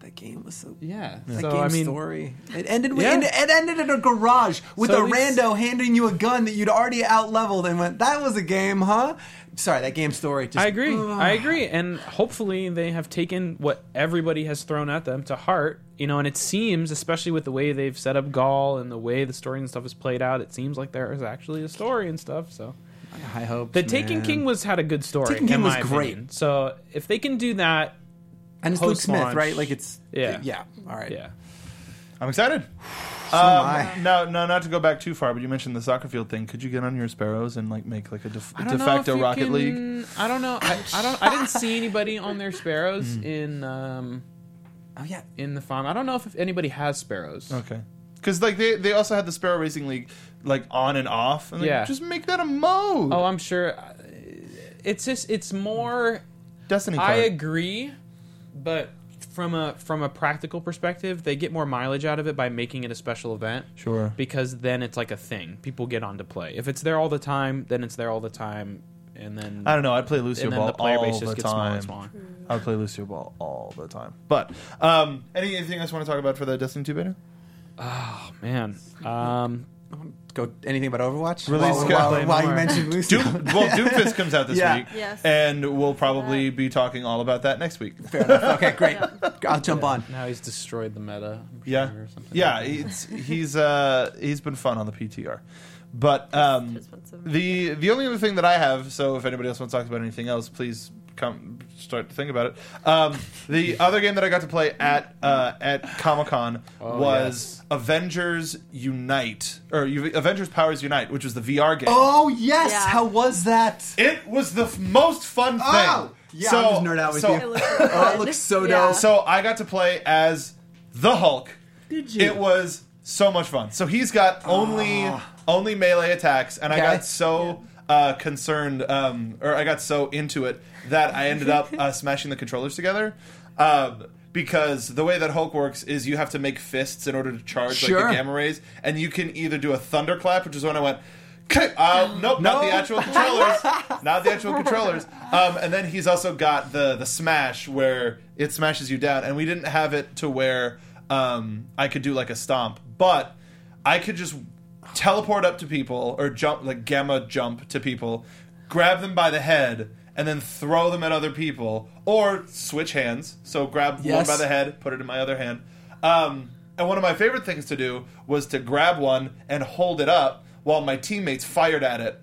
Speaker 3: That game was so.
Speaker 4: Yeah.
Speaker 3: That
Speaker 4: So
Speaker 3: game
Speaker 4: I mean,
Speaker 3: story. It ended. With,
Speaker 4: Yeah.
Speaker 3: and it ended in a garage with
Speaker 4: So
Speaker 3: a
Speaker 4: we-
Speaker 3: rando handing you a gun that you'd already out leveled and went. That was a game, huh? Sorry, that game story. Just,
Speaker 4: I agree.
Speaker 3: Ugh.
Speaker 4: I agree. And hopefully they have taken what everybody has thrown at them to heart, you know, and it seems, especially with the way they've set up Gaul and the way the story and stuff is played out, it seems like there is actually a story and stuff, so
Speaker 3: High hopes.
Speaker 4: The Taken
Speaker 3: man.
Speaker 4: King was had a good story.
Speaker 3: Taken King
Speaker 4: in
Speaker 3: was
Speaker 4: my
Speaker 3: great.
Speaker 4: opinion. So if they can do that,
Speaker 3: and it's Luke Smith,
Speaker 4: post-launch.
Speaker 3: right? Like it's
Speaker 4: Yeah.
Speaker 3: yeah. All right,
Speaker 4: yeah.
Speaker 1: I'm excited.
Speaker 3: am
Speaker 1: um, no, no, not to go back too far, but you mentioned the soccer field thing. Could you get on your sparrows and like make like a def-
Speaker 4: I
Speaker 1: de
Speaker 4: don't know if
Speaker 1: facto
Speaker 4: you
Speaker 1: Rocket
Speaker 4: can-
Speaker 1: League?
Speaker 4: I don't know. I, I don't I didn't see anybody on their
Speaker 1: Mm.
Speaker 4: sparrows in um
Speaker 3: Oh yeah,
Speaker 4: in the farm. I don't know if anybody has sparrows.
Speaker 1: Okay. Because like they, they also had the Sparrow Racing League like on and off, and like,
Speaker 4: Yeah.
Speaker 1: just make that a mode.
Speaker 4: Oh, I'm sure. uh, It's just it's more.
Speaker 1: Destiny
Speaker 4: I
Speaker 1: card.
Speaker 4: agree, but from a from a practical perspective, they get more mileage out of it by making it a special event.
Speaker 1: Sure.
Speaker 4: Because then it's like a thing. People get on to play. If it's there all the time, then it's there all the time, and then
Speaker 1: I don't know. I play Lucio
Speaker 4: and then
Speaker 1: Ball
Speaker 4: the player
Speaker 1: all
Speaker 4: base
Speaker 1: the
Speaker 4: just gets smaller
Speaker 1: time.
Speaker 4: and smaller.
Speaker 1: I play Lucio Ball all the time. But um, any, anything else you want to talk about for the Destiny 2 beta?
Speaker 4: Man, um,
Speaker 3: go anything about Overwatch?
Speaker 1: Release
Speaker 3: while,
Speaker 1: code.
Speaker 3: while,
Speaker 1: Play
Speaker 3: while you
Speaker 4: more.
Speaker 3: mentioned Lucy.
Speaker 1: Doom, well, Doomfist comes out this
Speaker 3: Yeah.
Speaker 1: week,
Speaker 5: Yes.
Speaker 1: and we'll probably be talking all about that next week.
Speaker 3: Fair enough. Okay, great. I'll jump on.
Speaker 4: now he's destroyed the meta. I'm
Speaker 1: Yeah,
Speaker 4: sure, or something.
Speaker 1: yeah. It's, he's uh, he's been fun on the PTR, but um,
Speaker 5: Just want some-
Speaker 1: the the only other thing that I have. So if anybody else wants to talk about anything else, please come start to think about it. Um, the other game that I got to play at uh, at Comic Con
Speaker 4: Oh,
Speaker 1: was Avengers Unite or U- Avengers Powers Unite, which was the VR game.
Speaker 3: Oh yes,
Speaker 5: Yeah.
Speaker 3: how was that?
Speaker 1: It was the f- most fun thing.
Speaker 3: Oh, yeah,
Speaker 1: so,
Speaker 3: I'll just nerd out with
Speaker 1: so-
Speaker 3: you.
Speaker 5: It looks
Speaker 3: Oh, it
Speaker 5: good.
Speaker 3: looks so
Speaker 5: Yeah.
Speaker 3: dope.
Speaker 1: So I got to play as the Hulk.
Speaker 4: Did you?
Speaker 1: It was so much fun. So he's got only only melee attacks, and
Speaker 3: Okay.
Speaker 1: I got so uh, concerned, um, or I got so into it that I ended up uh, smashing the controllers together. Um, because the way that Hulk works is you have to make fists in order to charge
Speaker 3: Sure.
Speaker 1: like the gamma rays, and you can either do a thunderclap, which is when I went, "Kay," uh, nope, not the
Speaker 3: No.
Speaker 1: actual controllers, not the actual controllers. Um, and then he's also got the the smash where it smashes you down, and we didn't have it to where um, I could do like a stomp, but I could just teleport up to people or jump like gamma jump to people, grab them by the head. And then throw them at other people, or switch hands. So grab one
Speaker 3: Yes.
Speaker 1: by the head, put it in my other hand. Um, and one of my favorite things to do was to grab one and hold it up while my teammates fired at it.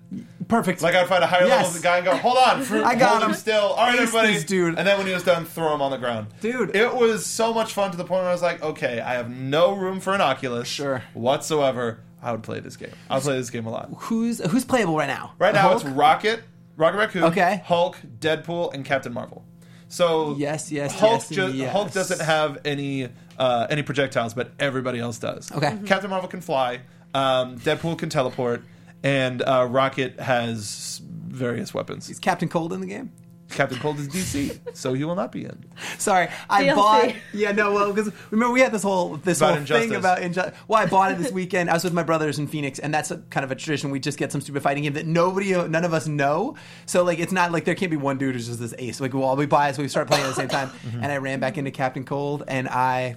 Speaker 3: Perfect.
Speaker 1: Like I'd find a higher level
Speaker 3: Yes.
Speaker 1: of the guy and go, "Hold on, fruit,
Speaker 3: I got
Speaker 1: hold
Speaker 3: him.
Speaker 1: still." All right,
Speaker 3: Ace
Speaker 1: everybody,
Speaker 3: this dude.
Speaker 1: And then when he was done, throw him on the ground,
Speaker 3: Dude.
Speaker 1: It was so much fun to the point where I was like, "Okay, I have no room for an Oculus,
Speaker 3: Sure.
Speaker 1: whatsoever." I would play this game. I would play this game a lot.
Speaker 3: who's who's playable right now?
Speaker 1: Right now,
Speaker 3: Hulk?
Speaker 1: it's Rocket, Rocket Raccoon,
Speaker 3: Okay.
Speaker 1: Hulk, Deadpool, and Captain Marvel. So
Speaker 3: Yes, yes,
Speaker 1: Hulk
Speaker 3: yes,
Speaker 1: ju-
Speaker 3: yes.
Speaker 1: Hulk doesn't have any uh, any projectiles, but everybody else does.
Speaker 3: Okay. Mhm.
Speaker 1: Captain Marvel can fly. Um, Deadpool can teleport, and uh, Rocket has various weapons.
Speaker 3: Is Captain Cold in the game.
Speaker 1: Captain Cold is DC, so he will not be in.
Speaker 3: Sorry, I
Speaker 5: DLC.
Speaker 3: bought. Yeah, no, well, because remember we had this whole this
Speaker 1: About
Speaker 3: whole thing
Speaker 1: injustice.
Speaker 3: about injustice. Well, I bought it this weekend. I was with my brothers in Phoenix, and that's a, kind of a tradition. We just get some stupid fighting game that nobody, none of us know. So like, it's not like there can't be one dude who's just this ace. Like, well, all we buy is we start playing at the same time.
Speaker 1: Mm-hmm.
Speaker 3: And I ran back into Captain Cold, and I.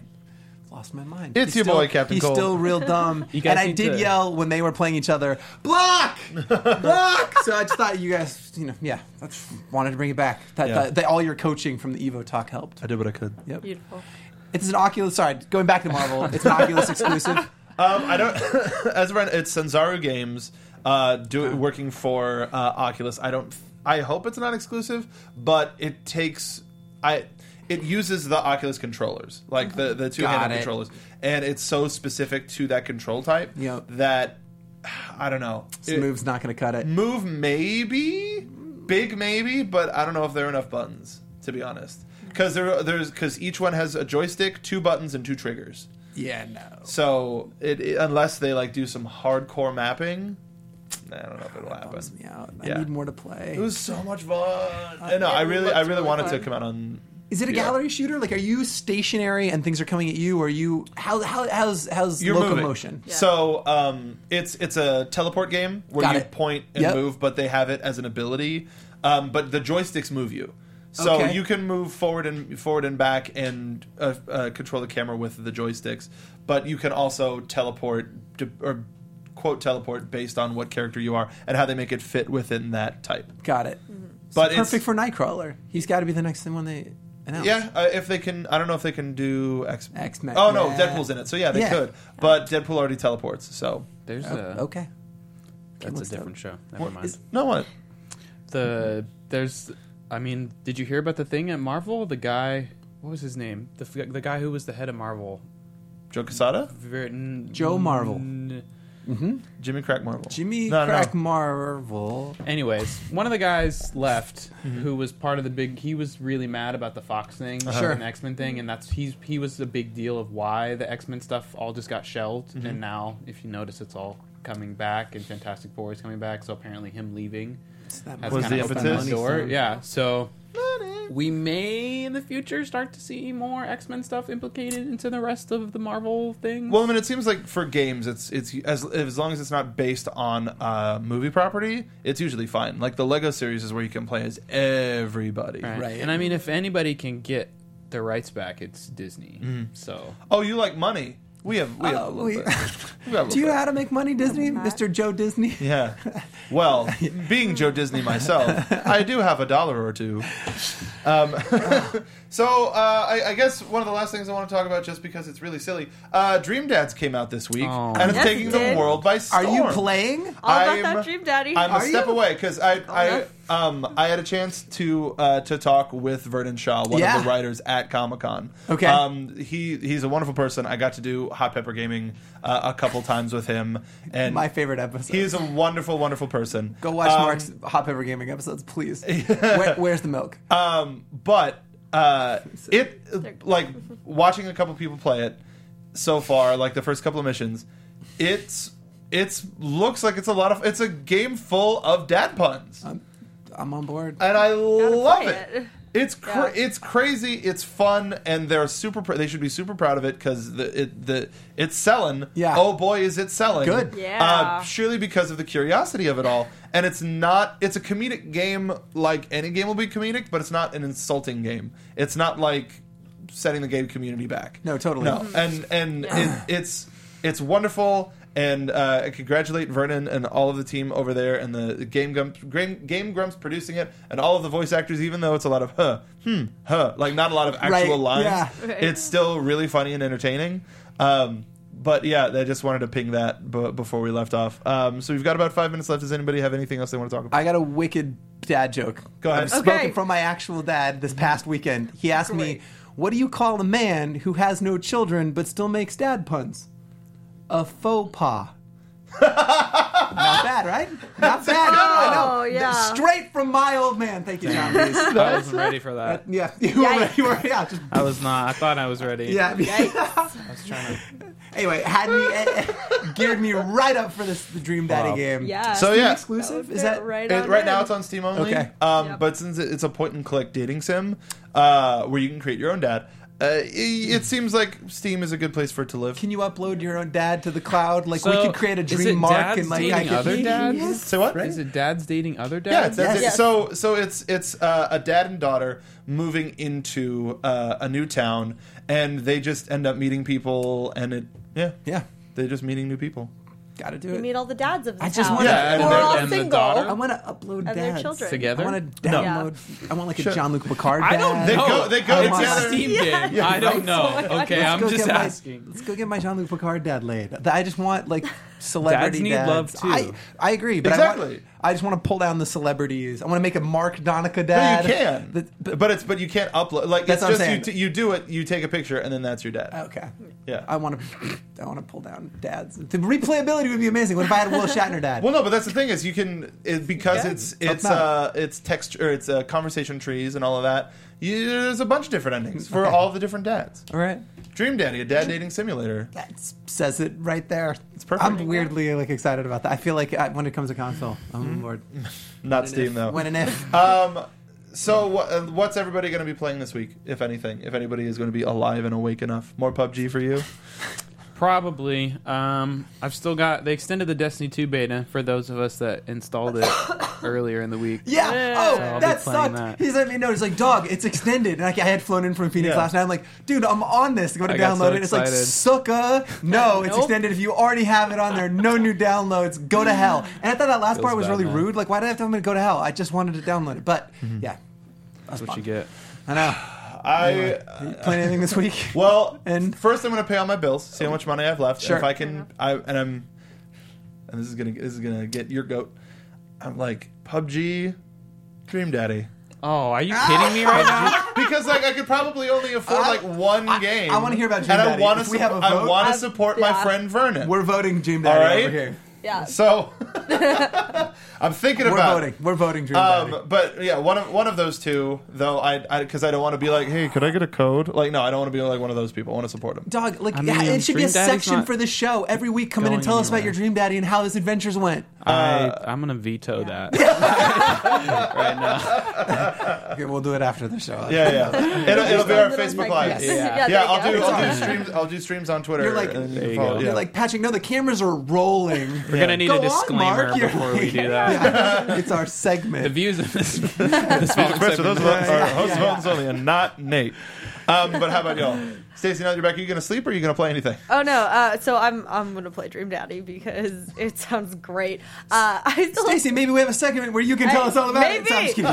Speaker 3: Lost my mind.
Speaker 1: It's your
Speaker 3: still-
Speaker 1: boy, Captain
Speaker 3: he's
Speaker 1: Cold.
Speaker 3: still real dumb.
Speaker 4: You guys
Speaker 3: and I
Speaker 4: need
Speaker 3: did
Speaker 4: to-
Speaker 3: yell when they were playing each other, block, block. so I just thought you guys, you know, yeah, I just wanted to bring it back. That,
Speaker 1: Yeah.
Speaker 3: that- that all your coaching from the Evo talk helped.
Speaker 1: I did what I could.
Speaker 3: Yep.
Speaker 5: Beautiful.
Speaker 3: It's an Oculus. Sorry, going back to Marvel. It's an Oculus exclusive.
Speaker 1: Um, I don't. as of right, it's Sanzaru Games uh, do, working for uh, Oculus. I don't. I hope it's not exclusive, but it takes. I. It uses the Oculus controllers, like the the two
Speaker 3: Got it.
Speaker 1: handed controllers, and it's so specific to that control type
Speaker 3: Yep.
Speaker 1: that I don't know.
Speaker 3: This
Speaker 1: It-
Speaker 3: move's not going to cut it.
Speaker 1: move maybe, big maybe, but I don't know if there are enough buttons to be honest. Because there, there's because each one has a joystick, two buttons, and two triggers.
Speaker 3: Yeah, no.
Speaker 1: So it, it- unless they like do some hardcore mapping, I don't know if it'll happen.
Speaker 3: Bums me out. I
Speaker 1: Yeah.
Speaker 3: need more to play.
Speaker 1: It was so much fun. And no, I
Speaker 5: Uh, it
Speaker 1: really,
Speaker 5: looked
Speaker 1: I really
Speaker 5: really
Speaker 1: wanted to
Speaker 5: fun.
Speaker 1: come out on.
Speaker 3: Is it a
Speaker 1: yeah.
Speaker 3: gallery shooter? Like, are you stationary and things are coming at you? Or are you how how how's how's
Speaker 1: You're moving.
Speaker 3: locomotion?
Speaker 5: Yeah.
Speaker 1: So um, it's it's a teleport game where
Speaker 3: Got
Speaker 1: you
Speaker 3: it.
Speaker 1: point and
Speaker 3: Yep.
Speaker 1: move, but they have it as an ability. Um, but the joysticks move you, so
Speaker 3: Okay.
Speaker 1: you can move forward and forward and back and uh, uh, control the camera with the joysticks. But you can also teleport to, or quote teleport based on what character you are and how they make it fit within that type.
Speaker 3: Got it.
Speaker 1: But it's-
Speaker 3: Perfect for Nightcrawler. He's got to be the next thing when they announce.
Speaker 1: Yeah, uh, if they can, I don't know if they can do X.
Speaker 3: X-Men,
Speaker 1: Oh no,
Speaker 3: yeah.
Speaker 1: Deadpool's in it, so yeah, they
Speaker 3: Yeah.
Speaker 1: could. But Deadpool already teleports, so
Speaker 4: There's a
Speaker 3: Oh, Okay.
Speaker 4: that's a
Speaker 3: what's that?
Speaker 4: different show. Never mind.
Speaker 3: is-
Speaker 1: no one.
Speaker 4: the there's I mean, did you hear about the thing at Marvel? The guy, what was his name? The f- the guy who was the head of Marvel.
Speaker 1: Joe Casada,
Speaker 4: Very, n-
Speaker 3: Joe Marvel.
Speaker 4: n-
Speaker 1: Jimmy Crack Marvel,
Speaker 3: Jimmy
Speaker 1: No, no,
Speaker 3: Crack
Speaker 1: no.
Speaker 3: Marvel.
Speaker 4: Anyways, one of the guys left
Speaker 1: Mm-hmm.
Speaker 4: who was part of the big. He was really mad about the Fox thing
Speaker 1: Uh-huh.
Speaker 3: Sure.
Speaker 4: and the X Men thing, and that's he's he was the big deal of why the X Men stuff all just got shelved,
Speaker 1: Mm-hmm.
Speaker 4: and now if you notice, it's all coming back, and Fantastic Four is coming back. So apparently, him leaving
Speaker 3: It's that
Speaker 4: has
Speaker 1: Was
Speaker 4: kind
Speaker 1: the
Speaker 4: of
Speaker 1: impetus?
Speaker 4: opened the door. Yeah, so. We may in the future start to see more X Men stuff implicated into the rest of the Marvel thing.
Speaker 1: Well, I mean, it seems like for games, it's it's as as long as it's not based on a movie property, it's usually fine. Like the Lego series is where you can play as everybody.
Speaker 3: Right.
Speaker 4: And I mean, if anybody can get their rights back, it's Disney. So
Speaker 1: Oh, you like money? We have we have a
Speaker 3: Oh,
Speaker 1: little
Speaker 3: we-
Speaker 1: bit. We have a
Speaker 3: Do you
Speaker 1: little
Speaker 3: know
Speaker 1: bit.
Speaker 3: how to make money, Disney,
Speaker 5: Matt?
Speaker 3: Mr. Joe Disney?
Speaker 1: Yeah. Well, being Joe Disney myself, I do have a dollar or two. Um, so uh, I, I guess one of the last things I want to talk about, just because it's really silly, uh, Dream Dads came out this week,
Speaker 4: Oh.
Speaker 1: and it's
Speaker 5: Yes,
Speaker 1: taking
Speaker 5: it
Speaker 1: the
Speaker 5: did.
Speaker 1: world by
Speaker 3: Are
Speaker 1: storm. Oh.
Speaker 3: you playing?
Speaker 5: All about
Speaker 1: I'm-
Speaker 5: that dream, daddy.
Speaker 1: I'm
Speaker 3: Are
Speaker 1: a step
Speaker 3: you? Oh,
Speaker 1: away because I, I
Speaker 5: no.
Speaker 1: Um, I had a chance to uh, to talk with Vernon Shaw, one
Speaker 3: Yeah.
Speaker 1: of the writers at Comic Con.
Speaker 3: Okay.
Speaker 1: um, he he's a wonderful person. I got to do Hot Pepper Gaming uh, a couple times with him, and
Speaker 3: My favorite episode.
Speaker 1: He is a wonderful, wonderful person.
Speaker 3: Go watch
Speaker 1: Um,
Speaker 3: Mark's Hot Pepper Gaming episodes, please. Where, where's the milk?
Speaker 1: Um, but uh, it like watching a couple people play it so far, like the first couple of missions, it's it's looks like it's a lot of it's a game full of dad puns,
Speaker 3: I'm on board.
Speaker 1: and I love
Speaker 5: play
Speaker 1: it.
Speaker 5: it.
Speaker 1: It's cra-
Speaker 5: Yeah.
Speaker 1: it's crazy. It's fun, and they're super. Pr- they should be super proud of it because the it, the it's selling.
Speaker 3: Yeah.
Speaker 1: Oh boy, is it selling?
Speaker 3: Good.
Speaker 5: Yeah.
Speaker 1: Uh, surely because of the curiosity of it all, and it's not. It's a comedic game, like any game will be comedic, but it's not an insulting game. It's not like setting the game community back.
Speaker 3: No, totally.
Speaker 1: No, and and
Speaker 5: Yeah.
Speaker 1: it, it's it's wonderful. And uh, I congratulate Vernon and all of the team over there, and the Game Grumps, Game, Game Grumps producing it, and all of the voice actors. Even though it's a lot of huh, hmm, huh, like not a lot of actual
Speaker 3: Right,
Speaker 1: lines,
Speaker 3: yeah.
Speaker 5: Right.
Speaker 1: it's still really funny and entertaining. Um, but yeah, I just wanted to ping that b- before we left off. Um, so we've got about five minutes left. Does anybody have anything else they want to talk about?
Speaker 3: I got a wicked dad joke.
Speaker 1: Go ahead.
Speaker 3: I've
Speaker 1: Okay.
Speaker 3: spoken from my actual dad this past weekend. He asked me,
Speaker 5: Great.
Speaker 3: "What do you call a man who has no children but still makes dad puns?" A faux pas. Not bad, right? Not bad.
Speaker 5: Oh,
Speaker 3: I know.
Speaker 5: yeah.
Speaker 3: Straight from my old man. Thank you, John. Reese.
Speaker 4: I wasn't ready for that.
Speaker 3: yeah, you were,
Speaker 5: Yikes.
Speaker 3: you were, yeah, just
Speaker 4: I was not. I thought I was ready.
Speaker 3: yeah.
Speaker 4: I was trying to.
Speaker 3: anyway, had me eh, geared me right up for this the Dream Daddy
Speaker 4: Wow.
Speaker 3: game.
Speaker 5: Yeah.
Speaker 1: So yeah,
Speaker 3: exclusive.
Speaker 5: That
Speaker 3: Is
Speaker 5: would fit
Speaker 3: that
Speaker 5: right?
Speaker 1: It-
Speaker 5: on
Speaker 1: right
Speaker 5: in.
Speaker 1: now it's on Steam only.
Speaker 3: Okay.
Speaker 1: Um,
Speaker 5: Yep.
Speaker 1: But since it- it's a point and click dating sim uh, where you can create your own dad, uh, i it seems like Steam is a good place for it to live.
Speaker 3: Can you upload your own dad to the cloud? Like we
Speaker 4: So,
Speaker 3: could create a
Speaker 4: is
Speaker 3: dream
Speaker 4: it
Speaker 3: mark
Speaker 4: dads
Speaker 3: and like I
Speaker 4: dating
Speaker 3: could
Speaker 4: other dads?
Speaker 3: Yes.
Speaker 1: Say what?
Speaker 3: Right.
Speaker 4: Is it dads dating other
Speaker 1: Yeah,
Speaker 4: dads?
Speaker 1: that's it.
Speaker 3: Yes.
Speaker 1: So so it's it's uh, a dad and daughter moving into uh, a new town, and they just end up meeting people, and it yeah
Speaker 3: Yeah,
Speaker 1: they're just meeeting new people.
Speaker 3: got to do
Speaker 5: You
Speaker 3: it.
Speaker 5: meet all the dads of the
Speaker 3: I just
Speaker 5: town.
Speaker 3: wanna- Yeah,
Speaker 5: We're
Speaker 3: and
Speaker 4: the-
Speaker 5: all
Speaker 4: and the
Speaker 5: single.
Speaker 4: daughter.
Speaker 3: I want to upload
Speaker 5: And their
Speaker 3: dads
Speaker 5: children.
Speaker 3: I
Speaker 4: Together?
Speaker 3: want to
Speaker 1: No.
Speaker 3: download. I want like a John Luc Picard.
Speaker 4: I don't
Speaker 3: dad.
Speaker 1: They
Speaker 4: know.
Speaker 1: go- they go
Speaker 4: I want
Speaker 1: together.
Speaker 4: a Steam game.
Speaker 1: Yeah.
Speaker 4: I don't know.
Speaker 5: Oh my
Speaker 4: Okay,
Speaker 5: God.
Speaker 4: I'm
Speaker 3: Let's go
Speaker 4: just
Speaker 3: get my-
Speaker 4: asking.
Speaker 3: let's go get my Jean Luc Picard dad laid. Th- I just want like celebrity
Speaker 4: Dads need love, too.
Speaker 3: I, I agree, but I, want,
Speaker 1: Exactly.
Speaker 3: I just want to pull down the celebrities. I want to make a Mark Donica
Speaker 1: No,
Speaker 3: dad.
Speaker 1: you can,
Speaker 3: The-
Speaker 1: but, it's but you can't upload. Like
Speaker 3: That's
Speaker 1: it's
Speaker 3: what I'm
Speaker 1: just you,
Speaker 3: saying.
Speaker 1: t- you do it, you take a picture, and then that's your dad.
Speaker 3: okay.
Speaker 1: Yeah.
Speaker 3: I want to. I want to pull down dads. The replayability would be amazing. What if I had Will Shatner dad?
Speaker 1: Well, no, but that's the thing is you can it, because
Speaker 5: can.
Speaker 1: it's it's
Speaker 3: Up now.
Speaker 1: uh, it's text or it's uh, conversation trees and all of that. You, there's a bunch of different endings for all the different dads.
Speaker 3: All right.
Speaker 1: Dream Daddy, a dad dating simulator.
Speaker 3: That s- says it right there. It's
Speaker 1: perfect.
Speaker 3: I'm weirdly like excited about that. I feel like I, when it comes to console, I'm on board.
Speaker 1: Not Steam though.
Speaker 3: When and if.
Speaker 1: Um, so wha- uh, what's everybody going to be playing this week, if anything? If anybody is going to be alive and awake enough, more PUBG for you.
Speaker 4: Probably. Um, I've still got. They extended the Destiny 2 beta for those of us that installed it earlier in the week.
Speaker 3: Yeah.
Speaker 5: Yeah.
Speaker 3: Oh,
Speaker 5: So I'll
Speaker 4: be
Speaker 3: that
Speaker 4: playing
Speaker 3: sucked.
Speaker 4: that.
Speaker 3: He's let me know. He's like, dog, it's extended. And like, I had flown in from Phoenix
Speaker 1: Yeah.
Speaker 3: last night. I'm like, dude, I'm on this. Go to
Speaker 4: I
Speaker 3: download
Speaker 4: got so
Speaker 3: it. It's like,
Speaker 4: excited.
Speaker 3: sucker. No, it's
Speaker 5: Nope.
Speaker 3: extended. If you already have it on there, no new downloads. Go to hell. And I thought that last
Speaker 4: Feels
Speaker 3: part was
Speaker 4: bad,
Speaker 3: really
Speaker 4: man.
Speaker 3: rude. Like, why did I have to tell him to go to hell? I just wanted to download it. But yeah,
Speaker 4: That's what you get.
Speaker 3: I know.
Speaker 1: I
Speaker 3: You playing anything this week?
Speaker 1: well,
Speaker 3: And-
Speaker 1: first I'm going to pay all my bills, see how much money I have left. And
Speaker 3: Sure.
Speaker 1: if I can, I and I'm, and this is gonna this is gonna get your goat. I'm like PUBG, Dream Daddy.
Speaker 4: Oh, are you kidding me right now?
Speaker 1: Because like I could probably only afford
Speaker 3: I-
Speaker 1: like one
Speaker 3: I-
Speaker 1: game.
Speaker 3: I wanna hear about Dream
Speaker 1: and
Speaker 3: Daddy.
Speaker 1: I want
Speaker 3: If
Speaker 1: to.
Speaker 3: we have a
Speaker 1: I
Speaker 3: vote-
Speaker 1: want
Speaker 5: I-
Speaker 1: to support my
Speaker 5: yeah.
Speaker 1: friend Vernon.
Speaker 3: We're voting Dream
Speaker 1: all
Speaker 3: Daddy over
Speaker 1: right.
Speaker 3: here.
Speaker 5: Yeah.
Speaker 1: So I'm thinking
Speaker 3: We're
Speaker 1: about.
Speaker 3: voting. We're voting Dream Daddy.
Speaker 1: Um, but yeah, one of one of those two though. I because I, don't want to be like, hey, could I get a code? Like, no, I don't want to be like one of those people. I want to support him.
Speaker 3: Dog, like
Speaker 4: I
Speaker 3: yeah,
Speaker 4: mean,
Speaker 3: it should be a
Speaker 4: Dream Daddy's
Speaker 3: section
Speaker 4: not
Speaker 3: for the show every week. Come in and
Speaker 4: going
Speaker 3: tell us about
Speaker 4: anywhere.
Speaker 3: your dream daddy and how his adventures went.
Speaker 4: I, I'm gonna veto that.
Speaker 3: Okay, we'll do it after the show.
Speaker 1: Yeah, yeah. it'll, it'll be our
Speaker 5: Little
Speaker 1: Facebook
Speaker 5: micro-
Speaker 1: Live.
Speaker 5: Yeah.
Speaker 1: Yeah,
Speaker 5: Yeah, there you
Speaker 1: I'll do
Speaker 5: go.
Speaker 1: I'll do
Speaker 3: It's
Speaker 1: streams. I'll do streams on Twitter.
Speaker 3: You're like-
Speaker 1: and
Speaker 4: There you
Speaker 1: follow-
Speaker 4: go.
Speaker 1: yeah.
Speaker 3: You're like Patrick. No, the cameras are rolling.
Speaker 4: We're gonna need
Speaker 3: Go
Speaker 4: a
Speaker 3: on,
Speaker 4: disclaimer
Speaker 3: Mark, you're-
Speaker 4: before we do that.
Speaker 3: it's our segment.
Speaker 4: The views of this, this
Speaker 1: Express
Speaker 4: podcast
Speaker 1: for those of us are host Mountains only and not Nate. Um, but how about y'all? Stacey, now that you're back, are you going to sleep or are you going to play anything?
Speaker 5: Oh no! Uh, so I'm I'm gonna play Dream Daddy because it sounds great. Uh, I still
Speaker 3: Stacey, maybe we have a segment where you can tell us all about
Speaker 5: maybe.
Speaker 3: it. So I'm just kidding.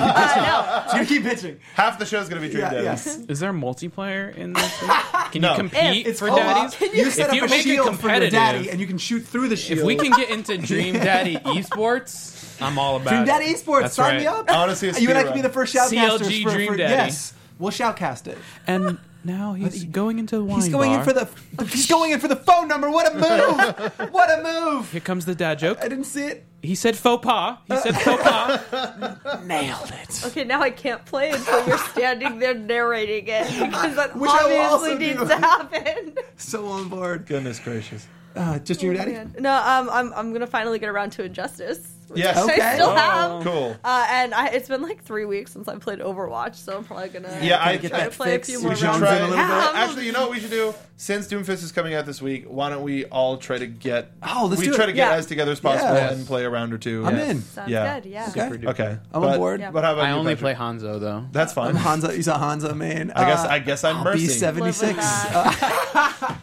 Speaker 5: Uh,
Speaker 3: She's gonna keep bitching.
Speaker 1: Half the show's going to be Dream
Speaker 3: Yeah,
Speaker 1: Daddy.
Speaker 3: yes.
Speaker 4: Is there multiplayer in this? thing? Can
Speaker 1: No.
Speaker 4: you compete
Speaker 5: If-
Speaker 3: It's
Speaker 4: for
Speaker 3: co-op.
Speaker 4: daddies?
Speaker 3: You set
Speaker 4: If
Speaker 3: up
Speaker 4: you
Speaker 3: a
Speaker 4: make it
Speaker 3: shield for your daddy,
Speaker 4: competitive-
Speaker 3: and you can shoot through the shield.
Speaker 4: If we can get into Dream Daddy Esports, I'm all about
Speaker 3: Dream
Speaker 4: it.
Speaker 3: Daddy Esports,
Speaker 4: That's
Speaker 3: sign
Speaker 4: right.
Speaker 3: me up.
Speaker 1: Honestly, a
Speaker 3: you and I
Speaker 1: speedrun.
Speaker 3: can be the first shoutcasters.
Speaker 4: CLG
Speaker 3: for,
Speaker 4: Dream
Speaker 3: for,
Speaker 4: Daddy.
Speaker 3: Yes, we'll shoutcast it.
Speaker 4: And now he's going into the wine
Speaker 3: He's going in
Speaker 4: bar.
Speaker 3: for the. He's going in for the phone number. What a move! what a move!
Speaker 4: Here comes the dad joke.
Speaker 3: I didn't see it.
Speaker 4: He said faux pas. He said faux pas.
Speaker 3: Nailed it.
Speaker 5: Okay, now I can't play until you're standing there narrating it because that
Speaker 3: Which I will also
Speaker 5: obviously needs
Speaker 3: do.
Speaker 5: to happen.
Speaker 3: So on board.
Speaker 1: Goodness gracious.
Speaker 3: Uh, just
Speaker 4: Oh,
Speaker 3: Dream Daddy.
Speaker 5: No, um, I'm I'm gonna finally get around to Injustice. which
Speaker 1: Yes.
Speaker 3: Okay.
Speaker 5: I still
Speaker 3: Oh.
Speaker 5: have.
Speaker 1: Cool.
Speaker 5: Uh, and I, it's been like three weeks since I played Overwatch, so I'm probably gonna
Speaker 1: Yeah, I-
Speaker 5: try
Speaker 1: Get
Speaker 5: to
Speaker 3: that
Speaker 5: play a
Speaker 3: fixed.
Speaker 5: few
Speaker 3: We
Speaker 5: more
Speaker 3: should
Speaker 5: rounds.
Speaker 3: try
Speaker 5: of
Speaker 3: it a
Speaker 5: it.
Speaker 3: little
Speaker 5: Yeah.
Speaker 1: Actually, you know what we should do? Since Doomfist is coming out this week, why don't we all try to get
Speaker 3: Oh, let's
Speaker 1: we
Speaker 3: do
Speaker 1: try
Speaker 3: it.
Speaker 1: to get
Speaker 5: Yeah.
Speaker 1: as together as possible
Speaker 3: Yes.
Speaker 1: and play a round or two.
Speaker 3: I'm in.
Speaker 5: Sounds
Speaker 1: Yeah.
Speaker 5: good. Yeah.
Speaker 3: Okay.
Speaker 1: Okay,
Speaker 3: I'm
Speaker 1: But-
Speaker 3: on board.
Speaker 5: Yeah.
Speaker 1: But how about
Speaker 4: I
Speaker 1: you,
Speaker 4: only play
Speaker 1: Patrick?
Speaker 4: Hanzo though.
Speaker 1: That's fine.
Speaker 3: I'm Hanzo. He's a Hanzo man.
Speaker 1: I guess
Speaker 3: Uh,
Speaker 1: I guess I'm
Speaker 3: I'll be
Speaker 1: mercy.
Speaker 3: 76.
Speaker 5: that.
Speaker 3: Uh,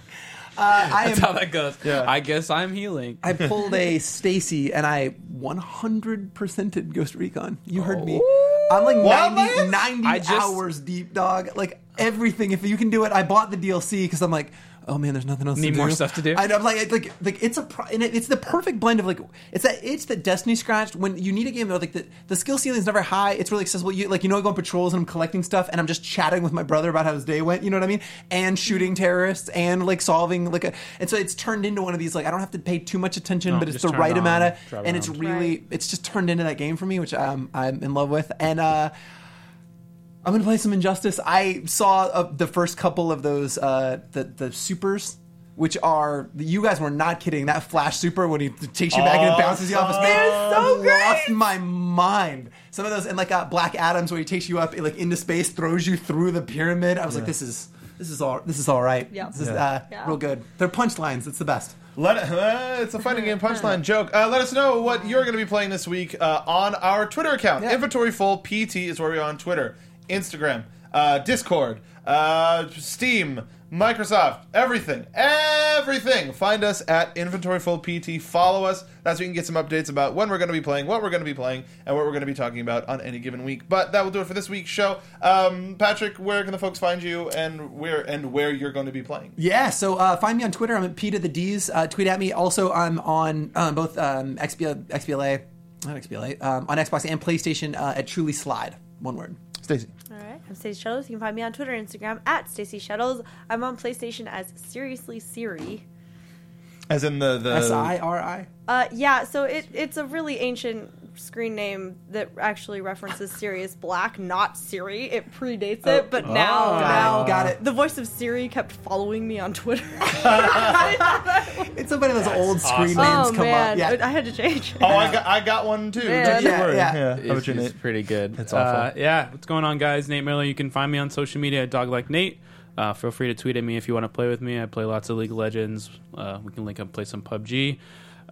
Speaker 3: I am.
Speaker 4: That's how that goes.
Speaker 1: Yeah.
Speaker 4: I guess I'm healing.
Speaker 3: I pulled a Stacy and I 100%ed Ghost Recon. You heard me. I'm like
Speaker 1: Wildlands?
Speaker 3: 90, 90
Speaker 4: I just-
Speaker 3: hours deep, dog. Like everything. If you can do it, I bought the DLC because I'm like, oh man, there's nothing else.
Speaker 4: Need
Speaker 3: to
Speaker 4: more
Speaker 3: do.
Speaker 4: stuff to do?
Speaker 3: I, am like, like, like it's a, pro- and it, it's the perfect blend of like, it's that itch that Destiny scratched when you need a game though. Like the, the skill ceiling is never high. It's really accessible. You like, you know, I go on patrols and I'm collecting stuff and I'm just chatting with my brother about how his day went. You know what I mean? And shooting terrorists and like solving like a, and so it's turned into one of these like I don't have to pay too much attention,
Speaker 4: No,
Speaker 3: but it's
Speaker 4: just
Speaker 3: the
Speaker 4: turn
Speaker 3: right
Speaker 4: it on,
Speaker 3: amount of,
Speaker 4: drive
Speaker 3: and it's
Speaker 4: around.
Speaker 3: really,
Speaker 5: Right.
Speaker 3: it's just turned into that game for me, which um, I'm in love with. And uh, I'm gonna play some Injustice. I saw uh, the first couple of those uh, the the supers, which are you guys were not kidding. That Flash super when he takes you back and it bounces you off his
Speaker 1: They're
Speaker 5: Oh, so
Speaker 3: I
Speaker 5: great!
Speaker 3: Lost my mind. Some of those and like uh, Black Adams where he takes you up like into space, throws you through the pyramid. I was like, this is this is all this is all right.
Speaker 5: Yeah.
Speaker 3: This is
Speaker 1: Yeah.
Speaker 3: uh,
Speaker 5: Yeah.
Speaker 3: real good. They're punchlines. It's the best.
Speaker 1: Let uh, it's a fighting game punchline joke. Uh, let us know what you're going to be playing this week uh, on our Twitter account.
Speaker 3: Yeah.
Speaker 1: Inventory full PT is where we are on Twitter, Instagram, uh, Discord, uh, Steam, Microsoft, everything, everything. Find us at Inventory Full PT. Follow us. That's where you can get some updates about when we're going to be playing, what we're going to be playing, and what we're going to be talking about on any given week. But that will do it for this week's show. Um, Patrick, where can the folks find you, and where and where you're going to be playing?
Speaker 3: Yeah, so uh, find me on Twitter. I'm at P to the D's. Uh, tweet at me. Also, I'm on um, both um, XBLA, XBLA, not XBLA, um, on Xbox and PlayStation uh, at Truly Slide. One word.
Speaker 1: Stacy.
Speaker 5: All right, I'm Stacey Shuttles. You can find me on Twitter and Instagram at Stacey Shuttles. I'm on PlayStation as Seriously Siri.
Speaker 1: As in the the
Speaker 3: S I R I.
Speaker 5: Uh, yeah, so it, it's a really ancient screen name that actually references Sirius Black, not Siri. It predates it, but
Speaker 1: Oh. Ah.
Speaker 5: now, now
Speaker 3: Got it. Got it.
Speaker 5: the voice of Siri kept following me on Twitter.
Speaker 3: It's somebody those old screen names
Speaker 5: oh
Speaker 3: come
Speaker 5: man,
Speaker 3: up. Yeah.
Speaker 5: I had to change. it.
Speaker 1: Oh, I got, I got one too.
Speaker 5: Yeah.
Speaker 1: Don't you
Speaker 3: Yeah,
Speaker 1: worry.
Speaker 3: yeah.
Speaker 1: How about
Speaker 4: It's,
Speaker 1: you,
Speaker 4: it's
Speaker 1: Nate?
Speaker 4: pretty good.
Speaker 1: It's awful.
Speaker 4: Uh, yeah, what's going on, guys? Nate Miller. You can find me on social media at Dog Like Nate. Uh, feel free to tweet at me if you want to play with me. I play lots of League of Legends. Uh, we can link up, play some PUBG.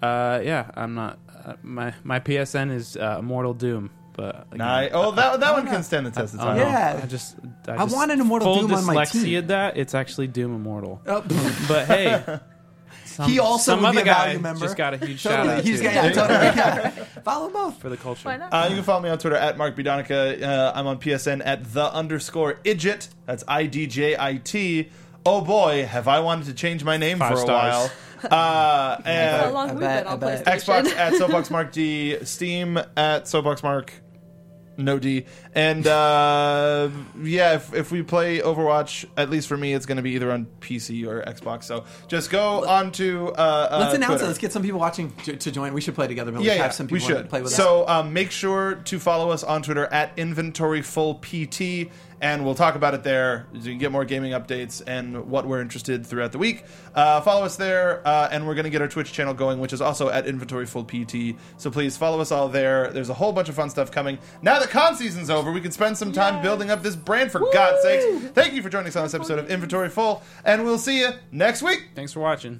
Speaker 4: Uh, yeah, I'm not. Uh, my my PSN is uh, Mortal Doom, but again,
Speaker 1: Nice. Oh, that that one can stand the test of
Speaker 4: I don't
Speaker 1: time.
Speaker 4: know.
Speaker 3: Yeah.
Speaker 4: I just I,
Speaker 3: I
Speaker 4: just
Speaker 3: wanted Immortal
Speaker 4: full
Speaker 3: Doom on my team.
Speaker 4: dyslexia that it's actually Doom Immortal.
Speaker 3: Oh, pff,
Speaker 4: But hey, some,
Speaker 3: He also
Speaker 4: some
Speaker 3: would be
Speaker 4: other
Speaker 3: a
Speaker 4: guy
Speaker 3: value member.
Speaker 4: just got a huge shout
Speaker 3: totally.
Speaker 4: out
Speaker 3: He's
Speaker 4: to
Speaker 3: got, yeah, totally. Yeah. Follow both.
Speaker 4: for the culture.
Speaker 5: Why not?
Speaker 1: Uh, you can follow me on Twitter at Mark Bidonica. Uh, I'm on PSN at the underscore idjit. That's I D J I T. Oh boy, have I wanted to change my name
Speaker 4: Five
Speaker 1: for a
Speaker 4: stars.
Speaker 1: while. Uh,
Speaker 5: How
Speaker 1: and
Speaker 5: long
Speaker 3: I
Speaker 5: we've
Speaker 3: bet,
Speaker 5: been on
Speaker 3: I bet.
Speaker 5: PlayStation.
Speaker 1: Xbox at Soapbox Mark D, Steam at Soapbox Mark no D, and uh, yeah, if, if we play Overwatch, at least for me, it's going to be either on PC or Xbox. So just go on to uh, uh,
Speaker 3: Let's announce
Speaker 1: Twitter.
Speaker 3: it. Let's get some people watching to, to join. We should play together. But
Speaker 1: yeah,
Speaker 3: have
Speaker 1: yeah,
Speaker 3: some people
Speaker 1: we should.
Speaker 3: play with us.
Speaker 1: so um, make sure to follow us on Twitter at Inventory Full PT, and we'll talk about it there. You can get more gaming updates and what we're interested throughout the week. Uh, follow us there, uh, and we're going to get our Twitch channel going, which is also at Inventory Full PT. So please follow us all there. There's a whole bunch of fun stuff coming. Now that con season's over, we can spend some time building up this brand for God's sakes. Thank you for joining us on this episode of Inventory Full, and we'll see you next week.
Speaker 4: Thanks for watching.